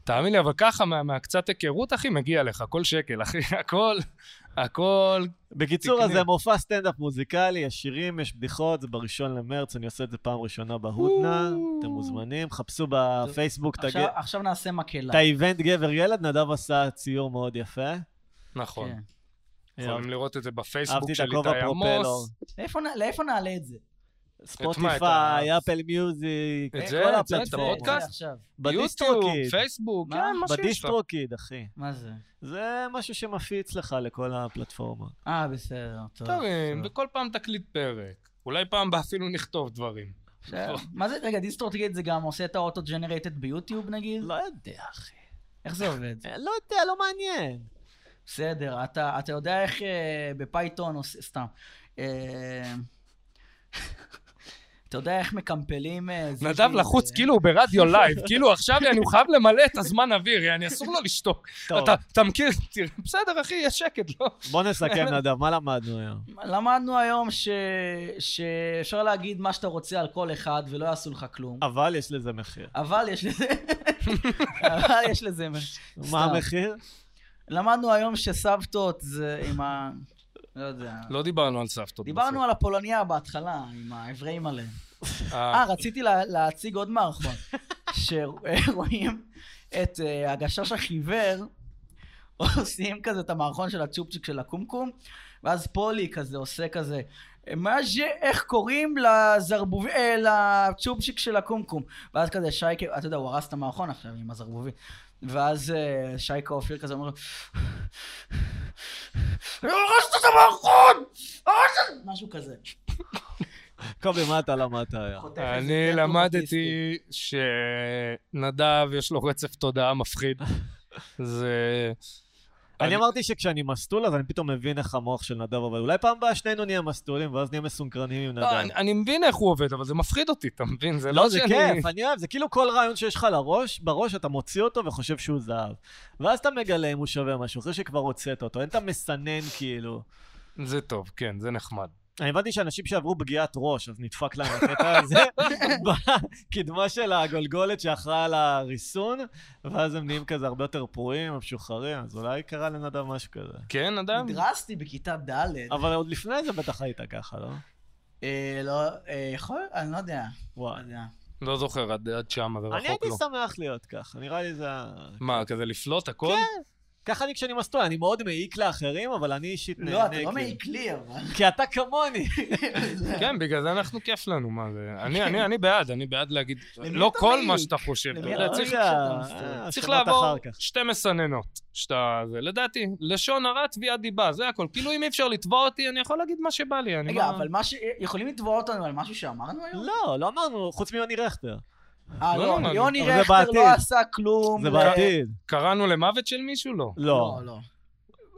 [SPEAKER 3] תאמין לי, אבל ככה, מה- מהקצת היכרות, אחי, מגיע לך. כל שקל, אחי, הכל, הכל.
[SPEAKER 2] בקיצור,
[SPEAKER 3] תקנה.
[SPEAKER 2] אז זה מופע סטנדאפ מוזיקלי, יש שירים, יש בדיחות, זה בראשון למרץ, אני עושה את זה פעם ראשונה בהודנה,
[SPEAKER 3] וואו.
[SPEAKER 2] אתם מוזמנים, חפשו בפייסבוק את הג-
[SPEAKER 1] עכשיו- עכשיו נעשה מקהלה.
[SPEAKER 2] את האיבנט גבר ילד, נדב עשה ציור מאוד יפה.
[SPEAKER 3] נכון.
[SPEAKER 1] כן.
[SPEAKER 3] יכולים לראות את זה בפייסבוק
[SPEAKER 2] אהבתי את
[SPEAKER 3] של
[SPEAKER 2] הכובע
[SPEAKER 3] איתי
[SPEAKER 2] פרופלור.
[SPEAKER 3] עמוס.
[SPEAKER 1] לאיפה נ- לאיפה נעלה את זה?
[SPEAKER 3] את מה, את
[SPEAKER 2] ספוטיפיי,
[SPEAKER 3] ה-
[SPEAKER 2] אפל מיוזיק,
[SPEAKER 3] את
[SPEAKER 2] את
[SPEAKER 3] זה,
[SPEAKER 2] כל
[SPEAKER 3] את זה, את
[SPEAKER 2] הפלטפורמות.
[SPEAKER 1] זה
[SPEAKER 3] הפודקאסט?
[SPEAKER 1] עכשיו.
[SPEAKER 3] יוטיוב,
[SPEAKER 2] בדיסטרוקיד,
[SPEAKER 3] פייסבוק,
[SPEAKER 1] מה?
[SPEAKER 3] כן, מה שיש לך.
[SPEAKER 2] בדיסטרוקיד, אחי.
[SPEAKER 1] מה זה?
[SPEAKER 2] זה משהו שמפיץ לך לכל הפלטפורמות.
[SPEAKER 1] אה, בסדר, טוב.
[SPEAKER 3] דברים,
[SPEAKER 1] טוב.
[SPEAKER 3] וכל פעם תקליט פרק. אולי פעם הבאה אפילו נכתוב דברים.
[SPEAKER 1] בסדר. מה זה, רגע, דיסטורט תגיד, זה גם עושה את האוטו ג'נרטד ביוטיוב נגיד?
[SPEAKER 2] לא יודע, אחי.
[SPEAKER 1] איך זה עובד?
[SPEAKER 3] אה.
[SPEAKER 2] לא יודע, לא מעניין.
[SPEAKER 1] בסדר, אתה אתה יודע איך אה, בפייתון עושה, סתם. אה, אתה יודע איך מקמפלים... אה, זה
[SPEAKER 3] נדב
[SPEAKER 1] שהיא-
[SPEAKER 3] לחוץ כאילו הוא ברדיו לייב, כאילו עכשיו אני הוא חייב למלא את הזמן אוויר, יעני, אסור לו לשתוק.
[SPEAKER 2] טוב,
[SPEAKER 3] אתה- אתה מכיר, תראה, בסדר אחי, יש שקט, לא?
[SPEAKER 2] בוא נסכם, נדב, מה למדנו היום?
[SPEAKER 1] למדנו היום ש... שאפשר להגיד מה שאתה רוצה על כל אחד ולא יעשו לך כלום.
[SPEAKER 2] אבל יש לזה מחיר.
[SPEAKER 1] אבל יש לזה... אבל יש לזה... סתם.
[SPEAKER 2] מה המחיר?
[SPEAKER 1] למדנו היום שסבתות זה עם ה... לא יודע.
[SPEAKER 3] לא דיברנו על סבתות.
[SPEAKER 1] דיברנו על הפולניה בהתחלה, עם העבריים עליהם.
[SPEAKER 3] בסוף.
[SPEAKER 1] אה, רציתי לה- להציג עוד מערכון, שרואים את אה, הגשש החיוור, עושים כזה את המערכון של הצ'ופצ'יק של הקומקום, ואז פולי כזה עושה כזה, מה זה, איך קוראים לזרבוב... אה, לצ'ופצ'יק של הקומקום? ואז כזה שייקה, אתה יודע, הוא הרס את המערכון עכשיו עם הזרבובים. ואז אה, שייקה אופיר כזה אומר לו, הרסת את המערכון! הרסת! משהו כזה.
[SPEAKER 2] קובי, מה אתה למדת היום?
[SPEAKER 3] נכון.
[SPEAKER 1] חוטף איזה
[SPEAKER 3] אני
[SPEAKER 1] קטע אוטיסטי.
[SPEAKER 3] למדתי שנדב יש לו רצף תודעה מפחיד. זה...
[SPEAKER 2] אני
[SPEAKER 3] אני-
[SPEAKER 2] אמרתי שכשאני מסטול, אז אני פתאום מבין איך המוח של נדב, אבל אולי פעם הבאה שנינו נהיה מסטולים, ואז נהיה מסונכרנים עם
[SPEAKER 3] לא,
[SPEAKER 2] נדב.
[SPEAKER 3] אני- אני מבין איך הוא עובד, אבל זה מפחיד אותי, אתה מבין? זה
[SPEAKER 2] לא,
[SPEAKER 3] לא
[SPEAKER 2] זה
[SPEAKER 3] שאני...
[SPEAKER 2] כיף, אני אוהב, זה כאילו כל רעיון שיש לך לראש, בראש אתה מוציא אותו וחושב שהוא זהב. ואז אתה מגלה אם הוא שווה משהו, אחרי שכבר הוצאת אותו, אין את המסנן כאילו.
[SPEAKER 3] זה טוב, כן, זה נחמד.
[SPEAKER 2] אני הבנתי שאנשים שעברו פגיעת ראש, אז נדפק להם הקטע הזה, בקדמה של הגולגולת שאחראי על הריסון, ואז הם נהיים כזה הרבה יותר פרועים, משוחררים, אז אולי קרה לנדב משהו כזה.
[SPEAKER 3] כן, אדם?
[SPEAKER 1] נדרסתי בכיתה ד',
[SPEAKER 2] אבל עוד לפני זה בטח היית ככה, לא?
[SPEAKER 1] אה, לא, אה, יכול, אני לא יודע, לא
[SPEAKER 2] וואי.
[SPEAKER 1] יודע.
[SPEAKER 3] לא זוכר, עד עד שם, זה
[SPEAKER 2] אני
[SPEAKER 3] רחוק לא.
[SPEAKER 2] הייתי
[SPEAKER 3] לו.
[SPEAKER 2] שמח להיות ככה, נראה לי זה... ה-
[SPEAKER 3] מה, כזה לפלוט הכל? כן.
[SPEAKER 2] ככה אני כשאני מסטול, אני מאוד מעיק לאחרים, אבל אני אישית נהנה.
[SPEAKER 1] לא, אתה לא
[SPEAKER 2] כאילו.
[SPEAKER 1] מעיק לי, אבל...
[SPEAKER 2] כי אתה כמוני.
[SPEAKER 3] כן, בגלל זה אנחנו כיף לנו, מה זה... אני, אני, אני בעד, אני בעד להגיד,
[SPEAKER 1] למי
[SPEAKER 3] לא
[SPEAKER 1] אתה
[SPEAKER 3] כל
[SPEAKER 1] מעיק?
[SPEAKER 3] מה שאתה חושב, אתה
[SPEAKER 2] לא,
[SPEAKER 1] למי
[SPEAKER 3] יודע,
[SPEAKER 1] אתה
[SPEAKER 3] צריך-
[SPEAKER 1] מעיק?
[SPEAKER 3] צריך
[SPEAKER 2] שמעת
[SPEAKER 3] לעבור
[SPEAKER 2] אחר כך.
[SPEAKER 3] שתי מסננות, שאתה... זה, לדעתי, לשון הרע, תביעת דיבה, זה הכל. כאילו, אם אי אפשר לתבוע אותי, אני יכול להגיד מה שבא לי, אני... לא-
[SPEAKER 1] רגע,
[SPEAKER 3] מה-
[SPEAKER 1] אבל מה ש... יכולים לתבוע אותנו על משהו שאמרנו היום?
[SPEAKER 2] לא, לא אמרנו, חוץ מיוני רכטר.
[SPEAKER 1] אה,
[SPEAKER 3] לא,
[SPEAKER 1] לא,
[SPEAKER 3] לא,
[SPEAKER 1] יוני
[SPEAKER 2] אבל זה
[SPEAKER 1] רכטר
[SPEAKER 2] בעתיד.
[SPEAKER 1] לא עשה כלום.
[SPEAKER 2] זה
[SPEAKER 1] ל-
[SPEAKER 2] בעתיד.
[SPEAKER 3] קראנו למוות של מישהו? לא.
[SPEAKER 2] לא.
[SPEAKER 1] לא, לא.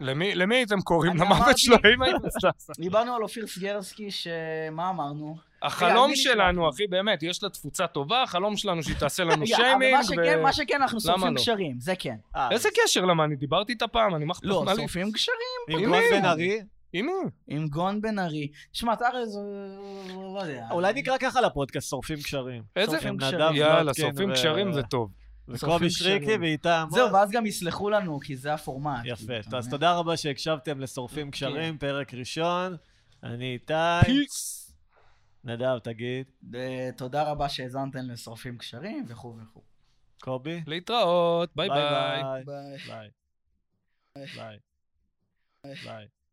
[SPEAKER 3] למי למי הייתם קוראים
[SPEAKER 1] אני
[SPEAKER 3] למוות
[SPEAKER 1] אמרתי-
[SPEAKER 3] שלו, אם הייתם סתם?
[SPEAKER 1] דיברנו על אופיר סגרסקי, שמה אמרנו?
[SPEAKER 3] החלום
[SPEAKER 1] מי
[SPEAKER 3] שלנו,
[SPEAKER 1] נשמע?
[SPEAKER 3] אחי, באמת, יש לה תפוצה טובה, החלום שלנו שהיא תעשה לנו
[SPEAKER 1] רגע, אבל
[SPEAKER 3] שיימינג,
[SPEAKER 1] מה שכן,
[SPEAKER 3] ו-
[SPEAKER 1] מה שכן, אנחנו
[SPEAKER 3] למה
[SPEAKER 1] שורפים
[SPEAKER 3] לא?
[SPEAKER 1] קשרים, זה כן.
[SPEAKER 2] אה,
[SPEAKER 3] איזה קשר למה? אני דיברתי איתה פעם, אני מה אכפת
[SPEAKER 1] לא,
[SPEAKER 3] מה לי?
[SPEAKER 1] שורפים קשרים
[SPEAKER 2] עם
[SPEAKER 3] הנה.
[SPEAKER 2] גרון בן ארי?
[SPEAKER 3] עם מי?
[SPEAKER 1] עם גון בן ארי. שמע, אתה הרי זה... לא יודע.
[SPEAKER 2] אולי נקרא ככה לפודקאסט, שורפים קשרים.
[SPEAKER 3] איזה?
[SPEAKER 1] שורפים
[SPEAKER 2] עם
[SPEAKER 1] קשרים.
[SPEAKER 2] נדב
[SPEAKER 3] יאללה,
[SPEAKER 2] זלוטקין
[SPEAKER 3] שורפים
[SPEAKER 2] ו-
[SPEAKER 3] קשרים זה טוב.
[SPEAKER 1] שורפים
[SPEAKER 2] וקובי שריקי
[SPEAKER 1] קשרים.
[SPEAKER 2] ואיתם. אה,
[SPEAKER 1] זהו, ואז גם יסלחו לנו, כי זה הפורמט. כאילו,
[SPEAKER 2] יפה.
[SPEAKER 1] אתה
[SPEAKER 2] טוב, אז
[SPEAKER 1] מבין?
[SPEAKER 2] תודה רבה שהקשבתם לשורפים קשרים, פרק ראשון. אני איתי.
[SPEAKER 3] פיס.
[SPEAKER 2] נדב, תגיד.
[SPEAKER 1] אה, תודה רבה שהאזנתם לשורפים קשרים וכו' וכו'.
[SPEAKER 2] קובי?
[SPEAKER 3] להתראות, ביי ביי.
[SPEAKER 2] ביי. ביי. ביי. ביי.